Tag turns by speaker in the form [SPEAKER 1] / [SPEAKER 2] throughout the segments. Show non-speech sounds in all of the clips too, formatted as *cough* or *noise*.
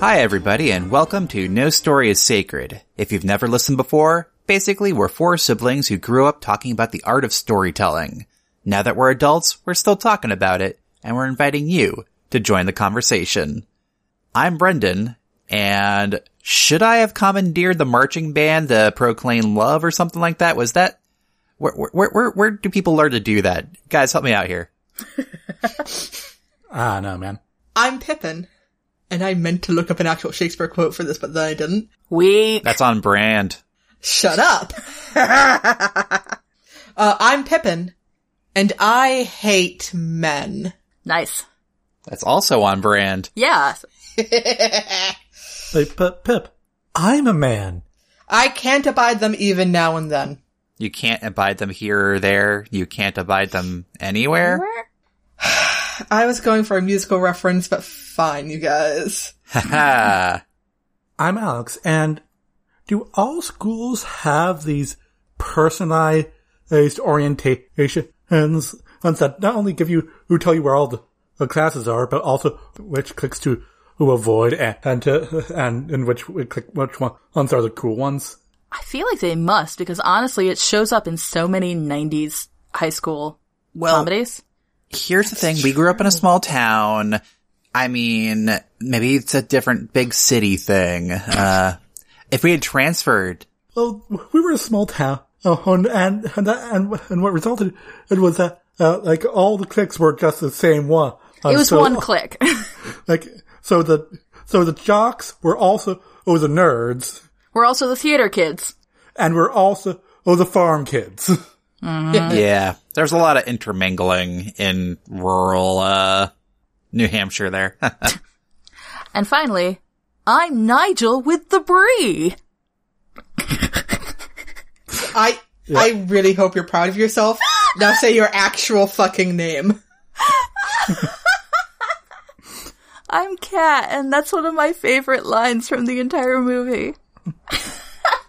[SPEAKER 1] Hi, everybody, and welcome to No Story is Sacred. If you've never listened before, basically, we're four siblings who grew up talking about the art of storytelling. Now that we're adults, we're still talking about it, and we're inviting you to join the conversation. I'm Brendan, and should I have commandeered the marching band to proclaim love or something like that? Was that where where where, where do people learn to do that? Guys, help me out here.
[SPEAKER 2] Ah, no, man.
[SPEAKER 3] I'm Pippin, and I meant to look up an actual Shakespeare quote for this, but then I didn't.
[SPEAKER 4] Weak.
[SPEAKER 1] That's on brand.
[SPEAKER 3] Shut up! *laughs* uh, I'm Pippin, and I hate men. *laughs*
[SPEAKER 4] Nice.
[SPEAKER 1] That's also on brand.
[SPEAKER 4] Yeah.
[SPEAKER 2] But, but Pip, I'm a man.
[SPEAKER 3] I can't abide them even now and then.
[SPEAKER 1] You can't abide them here or there. You can't abide them anywhere. *laughs*
[SPEAKER 3] I was going for a musical reference, but fine, you guys.
[SPEAKER 1] Haha.
[SPEAKER 2] I'm Alex, and do all schools have these personalized orientations ones that not only give you who tell you where all the, the classes are, but also which clicks to who avoid and and, to, and and which which click which ones are the cool ones?
[SPEAKER 4] I feel like they must because honestly, it shows up in so many 90s high school
[SPEAKER 1] Well,
[SPEAKER 4] comedies.
[SPEAKER 1] here's the thing. We grew up in a small town. I mean, maybe it's a different big city thing. Uh, if we had transferred,
[SPEAKER 2] Well, we were a small town, uh, and and and, that, and and what resulted it was that uh, like all the clicks were just the same one.
[SPEAKER 4] It was
[SPEAKER 2] So-
[SPEAKER 4] one click. *laughs*
[SPEAKER 2] Like so the so the jocks were also oh the nerds,
[SPEAKER 4] We're also the theater kids.
[SPEAKER 2] and were also oh the farm kids. *laughs*
[SPEAKER 1] yeah, there's a lot of intermingling in rural, uh, New Hampshire there. *laughs*
[SPEAKER 4] And finally, I'm Nigel with the Brie.
[SPEAKER 3] I, I really hope you're proud of yourself. now say your actual fucking name.
[SPEAKER 4] I'm Kat, and that's one of my favorite lines from the entire movie.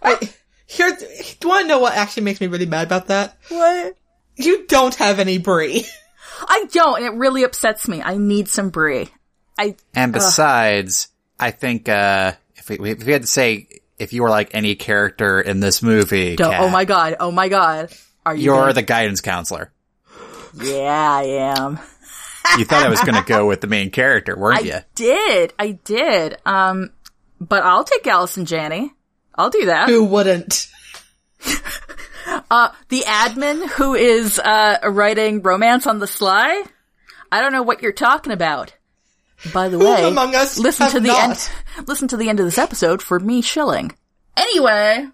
[SPEAKER 3] I, here, do you want to know what actually makes me really mad about that?
[SPEAKER 4] What?
[SPEAKER 3] You don't have any brie. *laughs*
[SPEAKER 4] I don't, and it really upsets me. I need some Brie. I
[SPEAKER 1] And besides, I think uh, if, we, if we had to say if you were like any character in this movie,
[SPEAKER 4] don't.
[SPEAKER 1] Kat,
[SPEAKER 4] Oh my god. Oh my god. Are you?
[SPEAKER 1] you're
[SPEAKER 4] gonna-
[SPEAKER 1] the guidance counselor.
[SPEAKER 4] yeah, I am.
[SPEAKER 1] You thought I was going to go with the main character, weren't you?
[SPEAKER 4] I did. I did. Um, but I'll take Allison Janney. I'll do that.
[SPEAKER 3] Who wouldn't?
[SPEAKER 4] Uh, the admin who is, uh, writing romance on the sly. I don't know what you're talking about. By the way,
[SPEAKER 3] among us
[SPEAKER 4] listen
[SPEAKER 3] have
[SPEAKER 4] to the
[SPEAKER 3] not?
[SPEAKER 4] end, *laughs* listen to the end of this episode for me shilling. Anyway,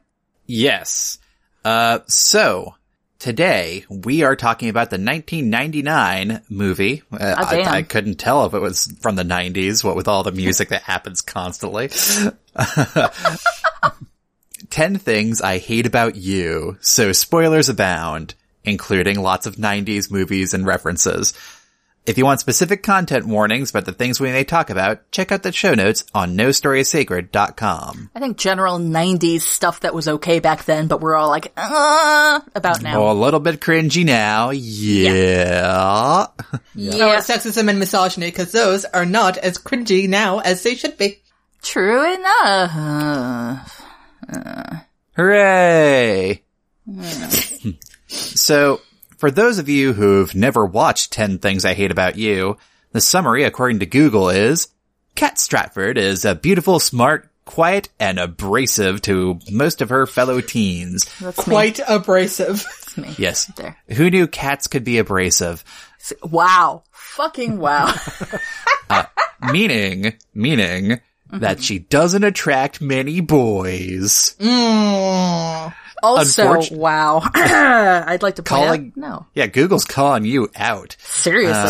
[SPEAKER 1] Yes. Uh, so today we are talking about the 1999 movie. Uh, I,
[SPEAKER 4] damn.
[SPEAKER 1] I couldn't tell if it was from the 90s, what with all the music that happens constantly. *laughs* 10 things I hate about you. So spoilers abound, including lots of 90s movies and references. If you want specific content warnings about the things we may talk about, check out the show notes on nostorysacred.com.
[SPEAKER 4] I think general 90s stuff that was okay back then, but we're all like, uh, about now.
[SPEAKER 1] Oh, a little bit cringy now. Yeah.
[SPEAKER 3] Or
[SPEAKER 4] yeah.
[SPEAKER 3] sexism and misogyny, because those are not as cringy now as they should be.
[SPEAKER 4] True enough.
[SPEAKER 1] Hooray.
[SPEAKER 4] Hmm.
[SPEAKER 1] so, for those of you who've never watched 10 Things I Hate About You, the summary, according to Google, is Kat Stratford is a beautiful, smart, quiet, and abrasive to most of her fellow teens.
[SPEAKER 4] That's me.
[SPEAKER 3] Quite
[SPEAKER 4] *laughs*
[SPEAKER 3] abrasive.
[SPEAKER 4] That's me.
[SPEAKER 1] Yes.
[SPEAKER 4] There.
[SPEAKER 1] Who knew cats could be abrasive?
[SPEAKER 4] Wow. Fucking wow. *laughs*
[SPEAKER 1] meaning, meaning
[SPEAKER 4] Mm-hmm.
[SPEAKER 1] that she doesn't attract many boys.
[SPEAKER 4] Mm. Also,
[SPEAKER 1] Unfortun-
[SPEAKER 4] wow. *clears throat* I'd like to point
[SPEAKER 1] Calling-
[SPEAKER 4] out. No.
[SPEAKER 1] Yeah, Google's calling you out.
[SPEAKER 4] Seriously.
[SPEAKER 1] Uh.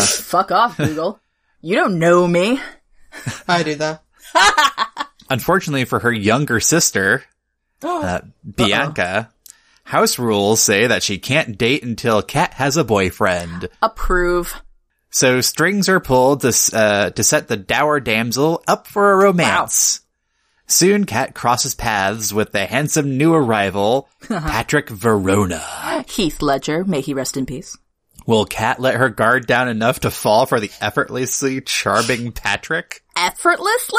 [SPEAKER 1] *laughs*
[SPEAKER 4] fuck off, Google. You don't know me.
[SPEAKER 3] I do though.
[SPEAKER 1] Unfortunately for her younger sister, uh, Bianca, house rules say that she can't date until Kat has a boyfriend.
[SPEAKER 4] Approve.
[SPEAKER 1] So strings are pulled to, s- uh, to set the dour damsel up for a romance. Soon Kat crosses paths with the handsome new arrival, Patrick Verona.
[SPEAKER 4] Heath Ledger, may he rest in peace.
[SPEAKER 1] Will Kat let her guard down enough to fall for the effortlessly charming Patrick?
[SPEAKER 4] Effortlessly?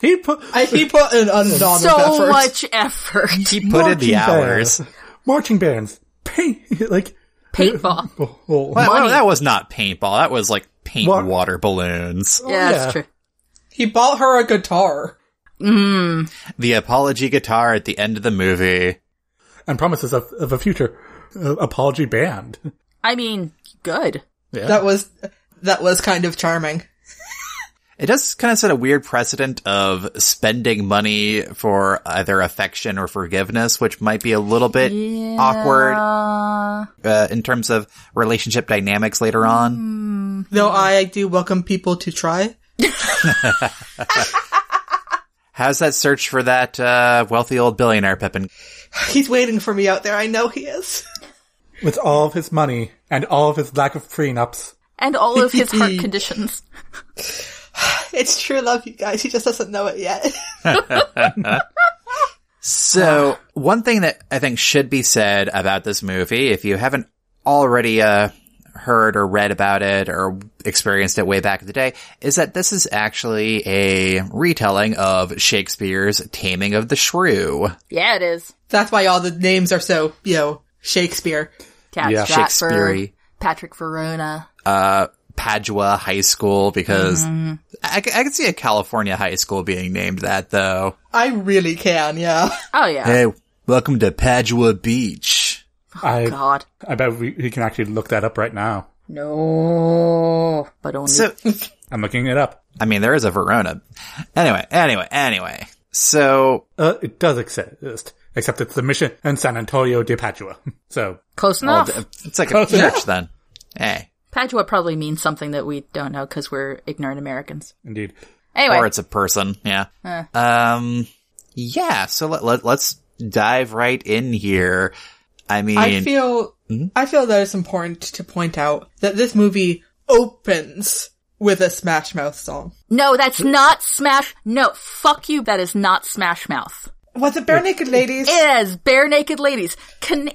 [SPEAKER 2] He put
[SPEAKER 3] I, he put an undone
[SPEAKER 4] so
[SPEAKER 3] effort.
[SPEAKER 4] much
[SPEAKER 1] *laughs*
[SPEAKER 4] effort.
[SPEAKER 1] He put in the hours.
[SPEAKER 2] Bands, marching bands. Paint *laughs* like *laughs*
[SPEAKER 4] Paintball.
[SPEAKER 2] oh, oh.
[SPEAKER 1] Well,
[SPEAKER 4] Money.
[SPEAKER 1] that was not paintball. That was like paint
[SPEAKER 2] What?
[SPEAKER 1] water balloons.
[SPEAKER 4] yeah,
[SPEAKER 2] yeah.
[SPEAKER 4] that's true.
[SPEAKER 3] He bought her a guitar.
[SPEAKER 1] The apology guitar at the end of the movie.
[SPEAKER 2] and promises of, of a future uh, apology band. *laughs*
[SPEAKER 4] I mean, good.
[SPEAKER 2] Yeah.
[SPEAKER 3] That was that was kind of charming.
[SPEAKER 1] It does kind of set a weird precedent of spending money for either affection or forgiveness, which might be a little bit awkward
[SPEAKER 4] Uh,
[SPEAKER 1] uh, in terms of relationship dynamics later on.
[SPEAKER 3] Though I do welcome people to try.
[SPEAKER 1] How's that search for that uh, wealthy old billionaire, Pippin?
[SPEAKER 3] He's waiting for me out there. I know he is. *laughs*
[SPEAKER 2] With all of his money and all of his lack of prenups.
[SPEAKER 4] and all of
[SPEAKER 1] *laughs*
[SPEAKER 4] his heart conditions.
[SPEAKER 3] It's true love, you guys. He just doesn't know it yet. *laughs*
[SPEAKER 1] So one thing that I think should be said about this movie, if you haven't already uh, heard or read about it or experienced it way back in the day, is that this is actually a retelling of Shakespeare's Taming of the Shrew.
[SPEAKER 4] Yeah, it is.
[SPEAKER 3] That's why all the names are so, you know, Shakespeare.
[SPEAKER 4] Cat
[SPEAKER 2] Yeah.
[SPEAKER 4] Stratford,
[SPEAKER 1] Shakespeare-y.
[SPEAKER 4] Patrick Verona.
[SPEAKER 1] Uh, Padua High School because I, c- I can see a California high school being named that though.
[SPEAKER 3] I really can, yeah.
[SPEAKER 4] Oh yeah.
[SPEAKER 1] Hey, welcome to Padua Beach.
[SPEAKER 2] I
[SPEAKER 4] Oh, God.
[SPEAKER 2] I bet we, we can actually look that up right now.
[SPEAKER 4] No. But only
[SPEAKER 1] So
[SPEAKER 2] I'm looking it up.
[SPEAKER 1] I mean, there is a Verona. Anyway, anyway, anyway. So
[SPEAKER 2] Uh, it does exist, except it's the Mission and San Antonio de Padua. *laughs* So
[SPEAKER 4] close
[SPEAKER 1] Well,
[SPEAKER 4] enough.
[SPEAKER 1] th- it's like a
[SPEAKER 2] Close
[SPEAKER 1] church then. Hey.
[SPEAKER 4] Padua probably means something that we don't know because we're ignorant Americans.
[SPEAKER 2] indeed,
[SPEAKER 4] Anyway,
[SPEAKER 1] Or it's a person. Yeah. Um, yeah. So let, let, let's dive right in here. I mean,
[SPEAKER 3] I feel, I feel that it's important to point out that this movie opens with a Smash Mouth song.
[SPEAKER 4] no, that's not Smash. No, fuck you. That is not Smash Mouth.
[SPEAKER 3] Was it Bare Naked Ladies?
[SPEAKER 4] It is Bare Naked Ladies, Can-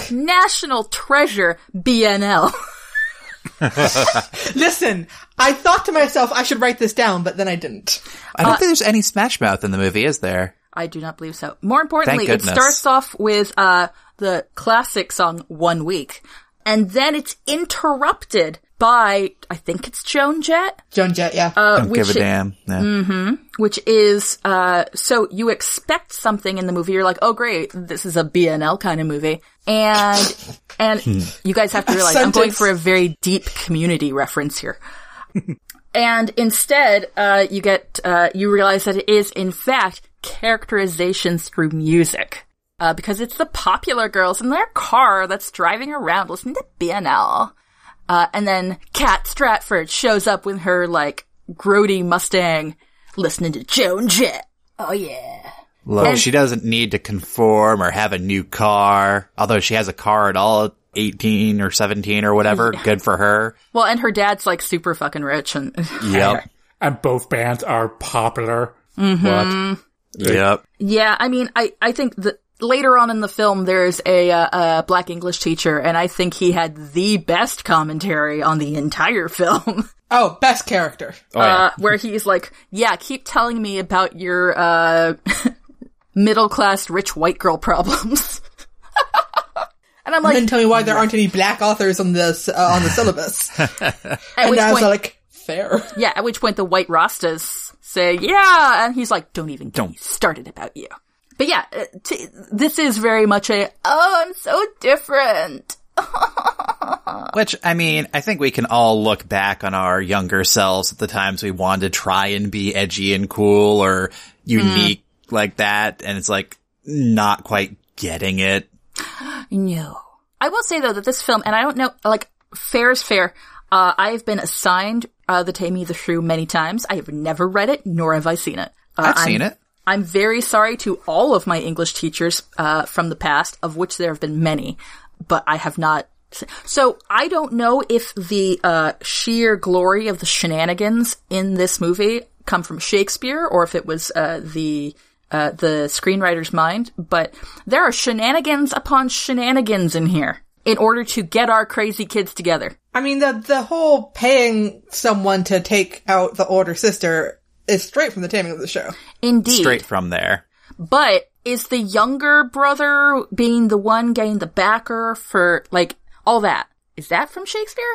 [SPEAKER 1] *laughs*
[SPEAKER 3] Fuck.
[SPEAKER 4] national treasure, BNL.
[SPEAKER 3] Listen, I thought to myself I should write this down, but then I didn't.
[SPEAKER 1] I don't think there's any Smash Mouth in the movie, is there?
[SPEAKER 4] *laughs* I do not believe so. More importantly, it
[SPEAKER 1] goodness.
[SPEAKER 4] starts off with uh, the classic song "One Week," and then it's interrupted by I think it's Joan Jett,
[SPEAKER 3] Joan Jett, yeah.
[SPEAKER 4] uh,
[SPEAKER 1] don't give a
[SPEAKER 4] which
[SPEAKER 1] damn. Yeah.
[SPEAKER 4] which is uh so you expect something in the movie you're like oh great this is a BNL kind of movie and and you guys have to realize I'm going
[SPEAKER 3] sentence.
[SPEAKER 4] for a very deep community reference here *laughs* and instead uh you get uh you realize that it is in fact characterizations through music uh because it's the popular girls in their car that's driving around listening to BNL uh, and then Kat Stratford shows up with her like grody Mustang, listening to Joan Jett. Oh yeah,
[SPEAKER 1] Look, she doesn't need to conform or have a new car, although she has a car at all. 18 or 17 or whatever. Good for her.
[SPEAKER 4] Well, and her dad's like super fucking rich, and *laughs*
[SPEAKER 1] Yep.
[SPEAKER 2] and both bands are popular.
[SPEAKER 4] Mm-hmm.
[SPEAKER 2] What?
[SPEAKER 1] yep.
[SPEAKER 4] yeah, I mean, I I think that later on in the film there's a uh, uh, black English teacher, and I think he had the best commentary on the entire *laughs* film.
[SPEAKER 3] oh, best character.
[SPEAKER 1] Oh, yeah.
[SPEAKER 4] uh, where he's like, "Yeah, keep telling me about your uh, *laughs* middle class rich white girl problems," *laughs* and I'm like,
[SPEAKER 3] and then tell me why there aren't any black authors on this uh, on the *laughs* syllabus.
[SPEAKER 4] "At
[SPEAKER 3] and
[SPEAKER 4] which
[SPEAKER 3] I was
[SPEAKER 4] point,
[SPEAKER 3] like, fair.
[SPEAKER 4] yeah." At which point, the white Rastas say, "Yeah," and he's like, "Don't even get
[SPEAKER 1] Don't.
[SPEAKER 4] me started about you." But yeah, uh, t- this is very much a, "Oh, I'm so different."
[SPEAKER 1] Which, I mean, I think we can all look back on our younger selves at the times we wanted to try and be edgy and cool or unique like that. And it's like not quite getting it.
[SPEAKER 4] No. I will say though that this film, and I don't know, like, fair is fair. Uh, I have been assigned uh, The Taming of the Shrew many times. I have never read it, nor have I seen it. Uh,
[SPEAKER 1] I've
[SPEAKER 4] I'm-
[SPEAKER 1] seen it.
[SPEAKER 4] I'm very sorry to all of my English teachers uh, from the past, of which there have been many, but I have not. se- So I don't know if the uh, sheer glory of the shenanigans in this movie come from Shakespeare or if it was uh, the uh, the screenwriter's mind, but there are shenanigans upon shenanigans in here in order to get our crazy kids together.
[SPEAKER 3] I mean, the the whole paying someone to take out the older sister It's straight from the taming of the show.
[SPEAKER 4] Indeed.
[SPEAKER 1] Straight from there.
[SPEAKER 4] But is the younger brother being the one getting the backer for like all that? Is that from Shakespeare?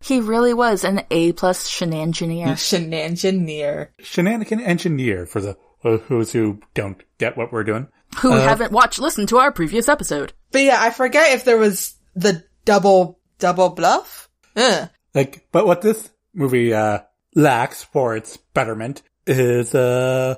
[SPEAKER 4] He really was an A plus shenanigans.
[SPEAKER 3] Shenanigans.
[SPEAKER 2] Shenanigan engineer for the uh, who's who don't get what we're doing.
[SPEAKER 4] who haven't watched listened to our previous episode.
[SPEAKER 3] But yeah, I forget if there was the double double bluff. Ugh.
[SPEAKER 2] Like, but what this movie uh, lacks for its betterment is uh,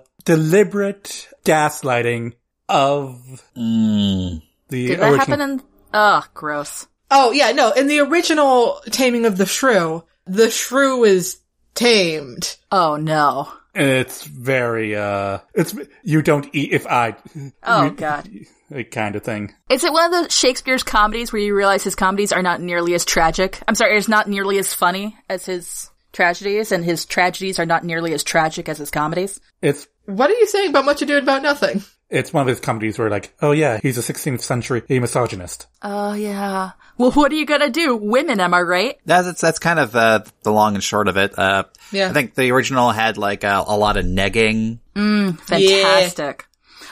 [SPEAKER 2] deliberate gaslighting of
[SPEAKER 1] Mm.
[SPEAKER 2] the
[SPEAKER 4] Did that
[SPEAKER 2] original.
[SPEAKER 4] happen in Ugh, gross.
[SPEAKER 3] Oh yeah, no. In the original Taming of the Shrew, the shrew is tamed.
[SPEAKER 4] Oh no.
[SPEAKER 2] it's very uh, it's you don't eat if I.
[SPEAKER 4] Oh
[SPEAKER 2] you-
[SPEAKER 4] god.
[SPEAKER 2] Like, kind of thing.
[SPEAKER 4] Is it one of the Shakespeare's comedies where you realize his comedies are not nearly as tragic? I'm sorry, it's not nearly as funny as his tragedies, and his tragedies are not nearly as tragic as his comedies.
[SPEAKER 2] It's
[SPEAKER 3] What are you saying about much ado about nothing?
[SPEAKER 2] it's one of those comedies where like, oh yeah, he's a 16th century misogynist.
[SPEAKER 4] Oh yeah. Well, what are you gonna do? Women, am I right?
[SPEAKER 1] That's that's, that's kind of uh, the long and short of it. Uh,
[SPEAKER 3] Yeah.
[SPEAKER 1] I think the original had like a, a lot of negging.
[SPEAKER 4] Fantastic.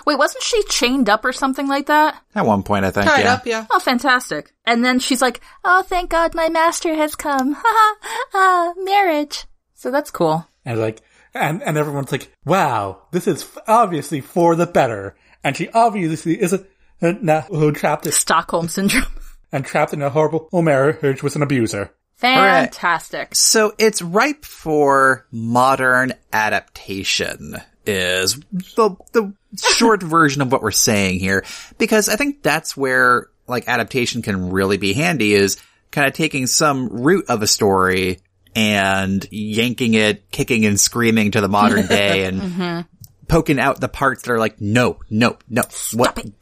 [SPEAKER 4] Wait, wasn't she chained up or something like that?
[SPEAKER 1] At one point, I think.
[SPEAKER 3] Tied
[SPEAKER 1] yeah.
[SPEAKER 3] up, yeah.
[SPEAKER 4] Oh, fantastic. And then she's like, "Oh, thank God, my master has come. *laughs* Ha ha. Marriage." So that's cool.
[SPEAKER 2] And like, and, and everyone's like, wow, this is f- obviously for the better. And she obviously isn't uh, now who trapped is,
[SPEAKER 4] Stockholm syndrome. *laughs*
[SPEAKER 2] and trapped in a horrible marriage with an abuser.
[SPEAKER 1] right.
[SPEAKER 4] Fantastic.
[SPEAKER 1] So it's ripe for modern adaptation is the the short *laughs* version of what we're saying here because I think that's where like adaptation can really be handy is kind of taking some root of a story and yanking it kicking and screaming to the
[SPEAKER 4] *laughs*
[SPEAKER 1] modern day and
[SPEAKER 4] Mm-hmm.
[SPEAKER 1] poking out the parts that are like no no no
[SPEAKER 4] Stop it.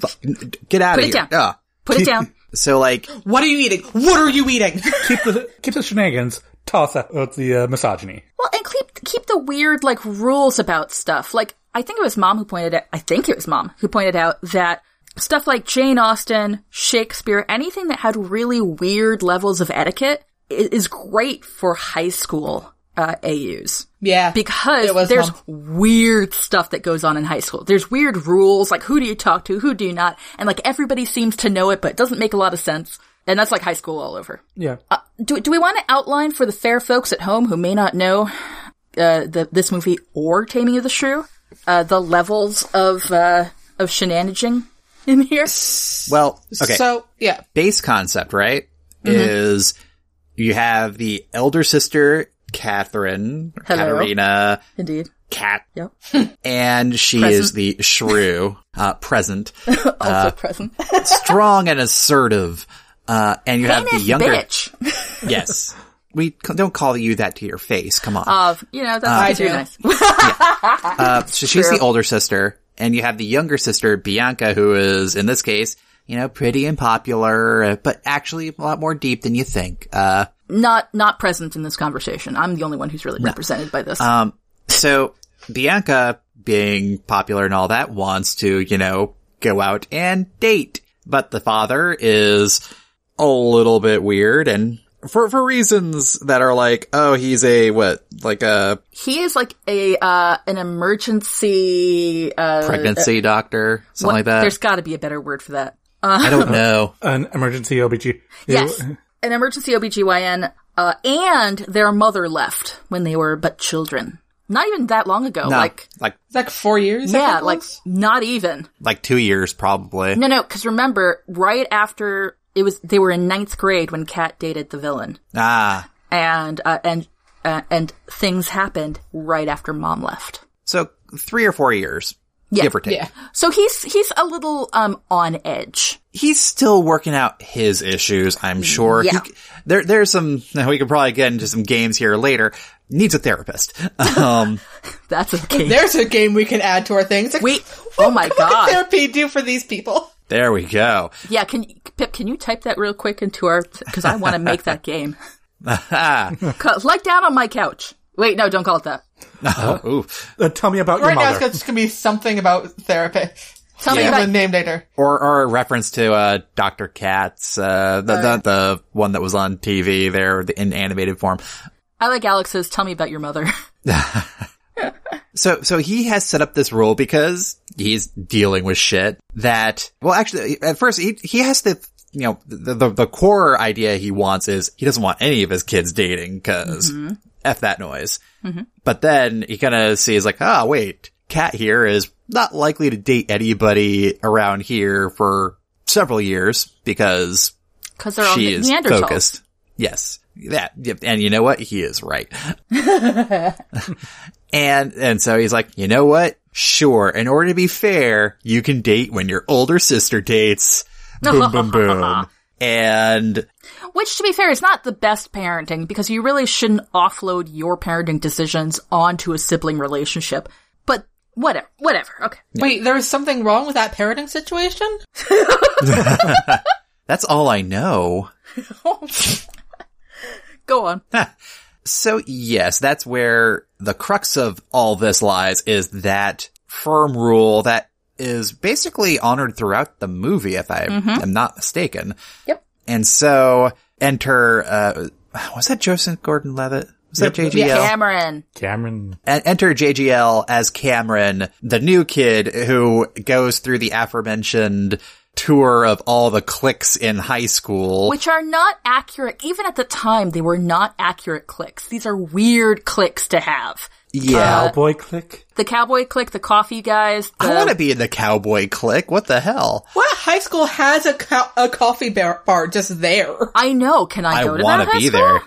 [SPEAKER 1] Fuck, n- get out
[SPEAKER 4] Put
[SPEAKER 1] of
[SPEAKER 4] it
[SPEAKER 1] here
[SPEAKER 4] down.
[SPEAKER 1] Ah.
[SPEAKER 4] Put it down.
[SPEAKER 1] so like
[SPEAKER 3] What are you eating? What are you eating? *laughs*
[SPEAKER 2] Keep the, keep the shenanigans, toss out the uh, misogyny.
[SPEAKER 4] Well, and keep keep the weird like rules about stuff. Like I think it was mom who pointed out. I think it was mom who pointed out that stuff like Jane Austen, Shakespeare, anything that had really weird levels of etiquette i- is great for high school uh, AUs
[SPEAKER 3] yeah.
[SPEAKER 4] because
[SPEAKER 3] It was
[SPEAKER 4] there's
[SPEAKER 3] mom.
[SPEAKER 4] weird stuff that goes on in high school. There's weird rules, like who do you talk to, who do you not, and like everybody seems to know it, but it doesn't make a lot of sense. And that's like high school all over.
[SPEAKER 2] Yeah.
[SPEAKER 4] Uh, do, do we want to outline for the fair folks at home who may not know uh, the, this movie or Taming of the Shrew uh, the levels of uh, of shenanigans *laughs* in here?
[SPEAKER 1] well okay
[SPEAKER 3] So yeah.
[SPEAKER 1] base concept, right?
[SPEAKER 4] Mm-hmm.
[SPEAKER 1] Is you have the elder sister, Catherine, or
[SPEAKER 4] Hello.
[SPEAKER 1] Katerina,
[SPEAKER 4] Indeed.
[SPEAKER 1] Cat,
[SPEAKER 4] Yep.
[SPEAKER 1] *laughs* and she is the
[SPEAKER 4] *laughs*
[SPEAKER 1] shrew, uh, present,
[SPEAKER 4] Also present.
[SPEAKER 1] strong and assertive. Uh, and you have the
[SPEAKER 4] Penis
[SPEAKER 1] younger, *laughs*
[SPEAKER 4] bitch.
[SPEAKER 1] yes. We c- don't call you that to your face. Come on.
[SPEAKER 4] Of, you know,
[SPEAKER 1] Ah,
[SPEAKER 3] I
[SPEAKER 4] that's
[SPEAKER 3] do.
[SPEAKER 4] pretty nice.
[SPEAKER 1] Uh, so she's the older sister, and you have the younger sister, Bianca, who is, in this case, you know, pretty and popular, uh, but actually a lot more deep than you think. Uh,
[SPEAKER 4] Not not present in this conversation. I'm the only one who's really represented by this.
[SPEAKER 1] Um, so Bianca, being popular and all that, wants to, you know, go out and date. But the father is a little bit weird and for, for reasons that are like, oh, he's a, what, like a
[SPEAKER 4] he is like a uh, an emergency. Uh,
[SPEAKER 1] pregnancy doctor, something
[SPEAKER 4] what-
[SPEAKER 1] like that.
[SPEAKER 4] There's got to be a better word for that.
[SPEAKER 1] I
[SPEAKER 4] *laughs*
[SPEAKER 1] don't know.
[SPEAKER 2] An emergency OBG.
[SPEAKER 4] Yes. *laughs* An emergency OBGYN, uh, and their mother left when they were but children. Not even that long ago.
[SPEAKER 1] No,
[SPEAKER 4] Like,
[SPEAKER 1] like,
[SPEAKER 3] It's like four years. I
[SPEAKER 4] yeah,
[SPEAKER 3] think it
[SPEAKER 4] like,
[SPEAKER 3] was.
[SPEAKER 4] not even.
[SPEAKER 1] like two years probably.
[SPEAKER 4] No, no, cause remember, right after it was, they were in ninth grade when Kat dated the villain.
[SPEAKER 1] Ah.
[SPEAKER 4] And, uh, and, uh, and things happened right after mom left.
[SPEAKER 1] So three or four years.
[SPEAKER 4] Yeah.
[SPEAKER 1] Give or take.
[SPEAKER 3] Yeah.
[SPEAKER 4] So he's, he's a little, um, on edge.
[SPEAKER 1] he's still working out his issues, I'm sure.
[SPEAKER 4] Yeah.
[SPEAKER 1] He- there, there's some, we could probably get into some games here later. Needs a therapist. *laughs* Um,
[SPEAKER 4] *laughs* That's okay.
[SPEAKER 3] There's a game we can add to our things. Like,
[SPEAKER 4] Wait, oh my
[SPEAKER 3] what can
[SPEAKER 4] god.
[SPEAKER 3] therapy do for these people?
[SPEAKER 1] there we go. *laughs*
[SPEAKER 4] Yeah, can, you- Pip, can you type that real quick into our, cause I want to make that game. *laughs* Cause, like down on my couch. Wait, no, don't call it that.
[SPEAKER 1] Ooh.
[SPEAKER 2] *laughs* Uh, tell me about your
[SPEAKER 3] Right now,
[SPEAKER 2] mother.
[SPEAKER 3] it's just gonna be something about therapy.
[SPEAKER 4] Tell
[SPEAKER 3] Something
[SPEAKER 4] me
[SPEAKER 3] about
[SPEAKER 4] about
[SPEAKER 3] name later.
[SPEAKER 1] Or, or a reference to, uh, Dr. Katz, uh, the, the, the one that was on TV there in animated form.
[SPEAKER 4] *laughs* I like Alex's. Tell me about your mother.
[SPEAKER 1] So, so he has set up this rule because he's dealing with shit that, well, actually, at first he, he has the, you know, the, the, the core idea he wants is he doesn't want any of his kids dating because F that noise. But then he kind of sees like, ah, wait, Cat here is not likely to date anybody around here for several years because
[SPEAKER 4] because they're all
[SPEAKER 1] she is
[SPEAKER 4] Neanderthals. *laughs*
[SPEAKER 1] focused. Yes, that, yep, and you know what? He is right. and and so he's like, you know what? Sure. In order to be fair, you can date when your older sister dates. Boom, boom, boom. And
[SPEAKER 4] *laughs* Which, to be fair, is not the best parenting because you really shouldn't offload your parenting decisions onto a sibling relationship. But whatever, whatever. Okay. *laughs*
[SPEAKER 3] Wait, there was something wrong with that parenting situation?
[SPEAKER 1] that's all I know.
[SPEAKER 4] Go on.
[SPEAKER 1] So yes, that's where the crux of all this lies is that firm rule that is basically honored throughout the movie, if I am not mistaken.
[SPEAKER 4] Mm-hmm. Yep.
[SPEAKER 1] And so enter, uh, was that Joseph Gordon-Levitt? Was that
[SPEAKER 2] Yep.
[SPEAKER 1] JGL?
[SPEAKER 4] Cameron.
[SPEAKER 2] Cameron.
[SPEAKER 1] and enter JGL as Cameron, the new kid who goes through the aforementioned tour of all the cliques in high school.
[SPEAKER 4] Which are not accurate. Even at the time, they were not accurate clicks. These are weird clicks to have.
[SPEAKER 1] yeah.
[SPEAKER 4] Uh,
[SPEAKER 2] Cowboy click.
[SPEAKER 4] The cowboy click, the coffee guys. The,
[SPEAKER 1] I want to be in the cowboy clique. What the hell?
[SPEAKER 3] What high school has a, co- a coffee bar, bar just there?
[SPEAKER 4] I know. Can I,
[SPEAKER 1] I
[SPEAKER 4] go to
[SPEAKER 1] wanna
[SPEAKER 4] that high
[SPEAKER 1] be
[SPEAKER 4] school?
[SPEAKER 1] there.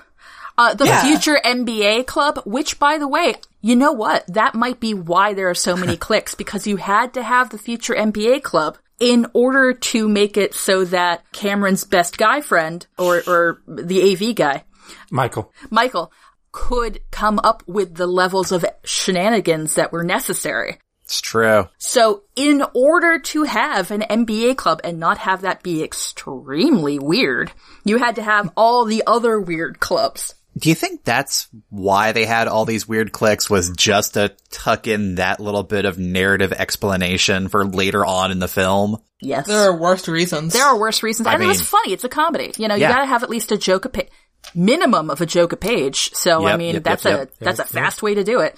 [SPEAKER 4] Uh, the future MBA club, which by the way, you know what? That might be why there are
[SPEAKER 1] *laughs*
[SPEAKER 4] so many clicks because you had to have the future MBA club in order to make it so that Cameron's best guy friend or, or the AV guy,
[SPEAKER 2] Michael.
[SPEAKER 4] Michael, could come up with the levels of shenanigans that were necessary.
[SPEAKER 1] It's true.
[SPEAKER 4] So in order to have an MBA club and not have that be extremely weird, you had to have all the other weird clubs.
[SPEAKER 1] Do you think that's why they had all these weird cliques was just to tuck in that little bit of narrative explanation for later on in the film?
[SPEAKER 4] Yes.
[SPEAKER 3] There are worse reasons.
[SPEAKER 4] There are worse reasons. and it was
[SPEAKER 1] mean-
[SPEAKER 4] funny. It's a comedy. You know,
[SPEAKER 1] Yeah.
[SPEAKER 4] you gotta have at least a joke a page, minimum of a joke a page. So, I
[SPEAKER 1] Yep,
[SPEAKER 4] mean,
[SPEAKER 1] yep,
[SPEAKER 4] that's
[SPEAKER 1] yep,
[SPEAKER 4] a,
[SPEAKER 1] yep.
[SPEAKER 4] that's a fast way to do it.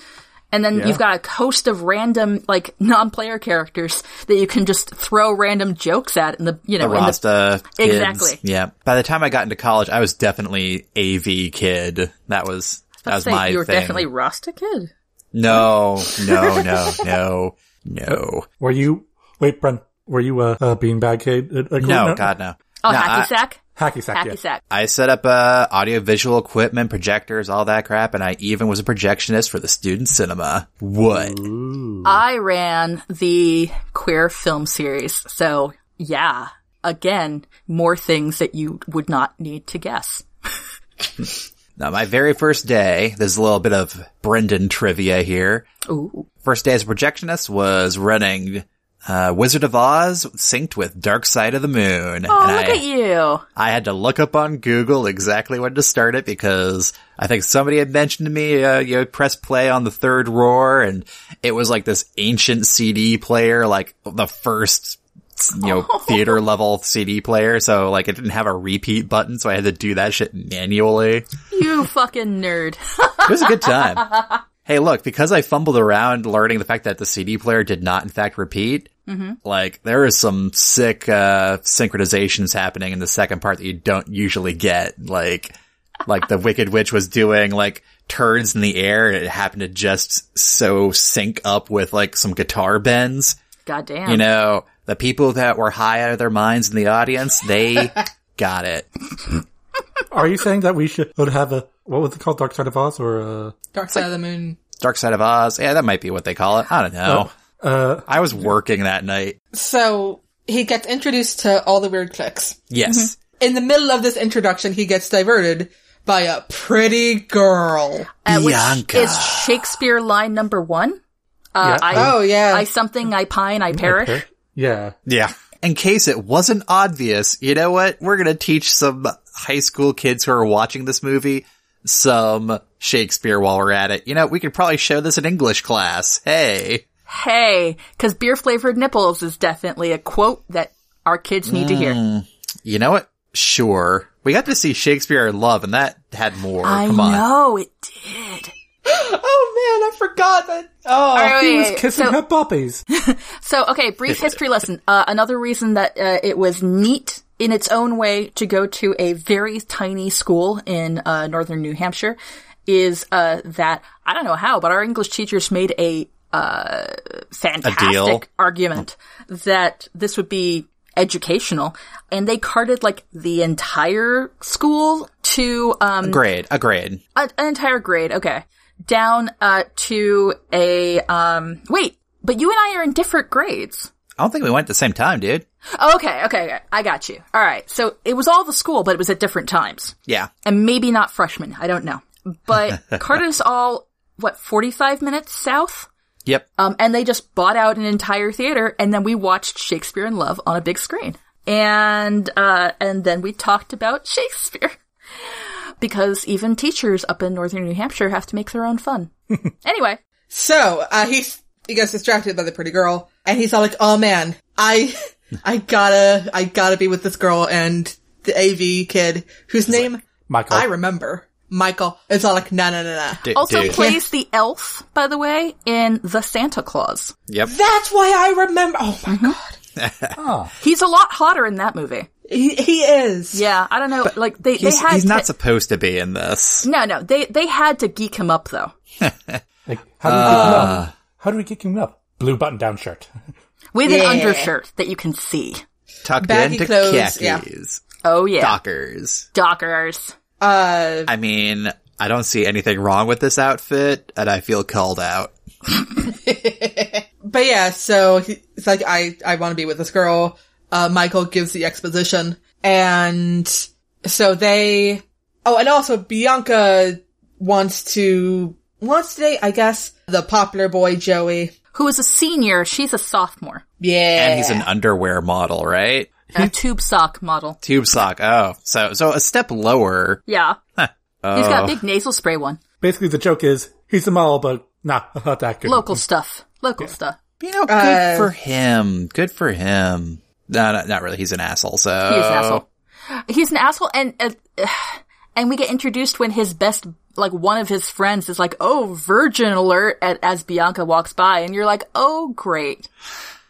[SPEAKER 4] And then you've got a host of random, like, non-player characters that you can just throw random jokes at in the, you know,
[SPEAKER 1] the
[SPEAKER 4] in the-
[SPEAKER 1] Rasta kids.
[SPEAKER 4] Exactly.
[SPEAKER 1] Yeah. By the time I got into college, I was definitely AV kid. That was that was
[SPEAKER 4] Say,
[SPEAKER 1] my
[SPEAKER 4] you were
[SPEAKER 1] thing.
[SPEAKER 4] definitely Rasta kid.
[SPEAKER 1] no, no, no, no,
[SPEAKER 4] *laughs*
[SPEAKER 1] no,
[SPEAKER 2] Were you, wait, Brent, were you a, a beanbag kid? Uh, like,
[SPEAKER 1] no, God no.
[SPEAKER 4] Oh,
[SPEAKER 1] No,
[SPEAKER 4] hacky
[SPEAKER 1] I,
[SPEAKER 4] sack?
[SPEAKER 2] Hacky sack,
[SPEAKER 4] Hacky
[SPEAKER 2] yeah.
[SPEAKER 4] sack.
[SPEAKER 1] I set up uh, audio visual equipment, projectors, all that crap, and I even was a projectionist for the student cinema. What?
[SPEAKER 4] I ran the queer film series. So, yeah. Again, more things that you would not need to guess.
[SPEAKER 1] Now, my very first day, there's a little bit of Brendan trivia here.
[SPEAKER 4] Ooh.
[SPEAKER 1] First day as a projectionist was running uh, Wizard of Oz synced with Dark Side of the Moon.
[SPEAKER 4] Oh,
[SPEAKER 1] and
[SPEAKER 4] look
[SPEAKER 1] I,
[SPEAKER 4] at you.
[SPEAKER 1] I had to look up on Google exactly when to start it because I think somebody had mentioned to me, uh, you know, press play on the third roar and it was like this ancient CD player, like the first, you
[SPEAKER 4] *laughs*
[SPEAKER 1] know, theater level CD player. So like it didn't have a repeat button. So I had to do that shit manually.
[SPEAKER 4] You *laughs* fucking nerd.
[SPEAKER 1] It was a good time. hey, look, because I fumbled around learning the fact that the CD player did not, in fact, repeat. Like there is some sick uh, synchronizations happening in the second part that you don't usually get. Like, like the Wicked Witch was doing like turns in the air. and It happened to just so sync up with like some guitar bends.
[SPEAKER 4] Goddamn.
[SPEAKER 1] You know, the people that were high out of their minds in the audience, they got it.
[SPEAKER 2] Are you saying that we should would have a, what was it called? Dark Side of Oz or, uh,
[SPEAKER 3] Dark Side of the Moon.
[SPEAKER 1] Dark Side of Oz. Yeah, that might be what they call it. I don't know.
[SPEAKER 2] uh,
[SPEAKER 1] I was working that night.
[SPEAKER 3] So he gets introduced to all the weird clicks.
[SPEAKER 1] Yes.
[SPEAKER 4] Mm-hmm.
[SPEAKER 3] In the middle of this introduction, he gets diverted by a pretty girl.
[SPEAKER 4] Uh, which
[SPEAKER 1] Bianca.
[SPEAKER 4] is Shakespeare line number one. Uh,
[SPEAKER 2] Yeah.
[SPEAKER 4] I,
[SPEAKER 3] Oh yeah,
[SPEAKER 4] I something, I pine, I perish.
[SPEAKER 2] okay. Yeah.
[SPEAKER 1] Yeah. In case it wasn't obvious, you know what? We're going to teach some high school kids who are watching this movie some Shakespeare while we're at it. You know, we could probably show this in English class. Hey.
[SPEAKER 4] Hey, because beer flavored nipples is definitely a quote that our kids need to
[SPEAKER 1] Mm,
[SPEAKER 4] hear.
[SPEAKER 1] You know what? Sure. We got to see Shakespeare in Love and that had more.
[SPEAKER 4] I
[SPEAKER 1] Come on.
[SPEAKER 4] know it did.
[SPEAKER 3] Oh man, I forgot that. Oh,
[SPEAKER 4] Alright,
[SPEAKER 2] He
[SPEAKER 4] wait,
[SPEAKER 2] was
[SPEAKER 4] wait, wait.
[SPEAKER 2] kissing
[SPEAKER 4] so,
[SPEAKER 2] her *laughs* boppies.
[SPEAKER 4] so, okay, brief history lesson. Uh, another reason that uh, it was neat in its own way to go to a very tiny school in uh, northern New Hampshire is uh, that I don't know how, but our English teachers made a uh, fantastic
[SPEAKER 1] deal?
[SPEAKER 4] argument that this would be educational, and they carted like the entire school to um,
[SPEAKER 1] Grade, a grade.
[SPEAKER 4] a, an entire grade. Okay. Down uh, to a um. Wait, but you and I are in different grades.
[SPEAKER 1] I don't think we went at the same time, dude.
[SPEAKER 4] Okay, okay, okay. I got you. All right. So it was all the school, but it was at different times,
[SPEAKER 1] Yeah.
[SPEAKER 4] and maybe not freshmen. I don't know. But carted us all what forty five minutes south.
[SPEAKER 1] Yep.
[SPEAKER 4] Um, and they just bought out an entire theater, and then we watched Shakespeare in Love on a big screen, and uh, and then we talked about *laughs* Shakespeare, because even teachers up in northern New Hampshire have to make their own fun. anyway,
[SPEAKER 3] So uh, he's he gets distracted by the pretty girl, and he's all like, "Oh man, I I gotta I gotta be with this girl and the AV kid whose name
[SPEAKER 2] Michael.
[SPEAKER 3] I remember Michael." It's all like, "No, no, no, no."
[SPEAKER 1] D-
[SPEAKER 4] also
[SPEAKER 1] dude.
[SPEAKER 4] plays the elf, by the way, in the Santa Claus.
[SPEAKER 1] Yep.
[SPEAKER 3] That's why I remember. Oh my god,
[SPEAKER 4] He's a lot hotter in that movie.
[SPEAKER 3] he he is.
[SPEAKER 4] Yeah, I don't know. like they they
[SPEAKER 1] He's,
[SPEAKER 4] had
[SPEAKER 1] he's not
[SPEAKER 4] to-
[SPEAKER 1] supposed to be in this.
[SPEAKER 4] no, no, they they had to geek him up though.
[SPEAKER 2] Like, how do we kick him up? How do we kick him up? Ah. Blue button down shirt.
[SPEAKER 4] With an
[SPEAKER 3] Yeah.
[SPEAKER 4] undershirt that you can see.
[SPEAKER 1] Tucked
[SPEAKER 3] Baggy
[SPEAKER 1] into
[SPEAKER 3] clothes, yeah.
[SPEAKER 1] khakis.
[SPEAKER 4] Oh yeah.
[SPEAKER 1] Dockers.
[SPEAKER 4] Dockers.
[SPEAKER 3] Uh,
[SPEAKER 1] I mean, I don't see anything wrong with this outfit, and I feel called out.
[SPEAKER 3] but yeah, so he, it's like, "I I want to be with this girl." Uh, Michael gives the exposition, and so they. Oh, and also Bianca wants to wants to date, I guess, the popular boy Joey.
[SPEAKER 4] Who is a senior, she's a sophomore.
[SPEAKER 3] Yeah,
[SPEAKER 1] And he's an underwear model, right?
[SPEAKER 4] a tube sock model.
[SPEAKER 1] Tube sock. Oh, so so a step lower.
[SPEAKER 4] Yeah. He's
[SPEAKER 1] Oh.
[SPEAKER 4] got a big nasal spray one.
[SPEAKER 2] Basically, the joke is he's a model, but nah, not that good.
[SPEAKER 4] Local stuff. Local stuff.
[SPEAKER 1] You know, good
[SPEAKER 3] Uh,
[SPEAKER 1] for him. Good for him. No, no, not really. He's an asshole. So
[SPEAKER 4] He is an asshole. He's an asshole, and uh, *sighs* and we get introduced when his best, like one of his friends, is like, "Oh, virgin alert!" At, as Bianca walks by, and you're like, "Oh, great,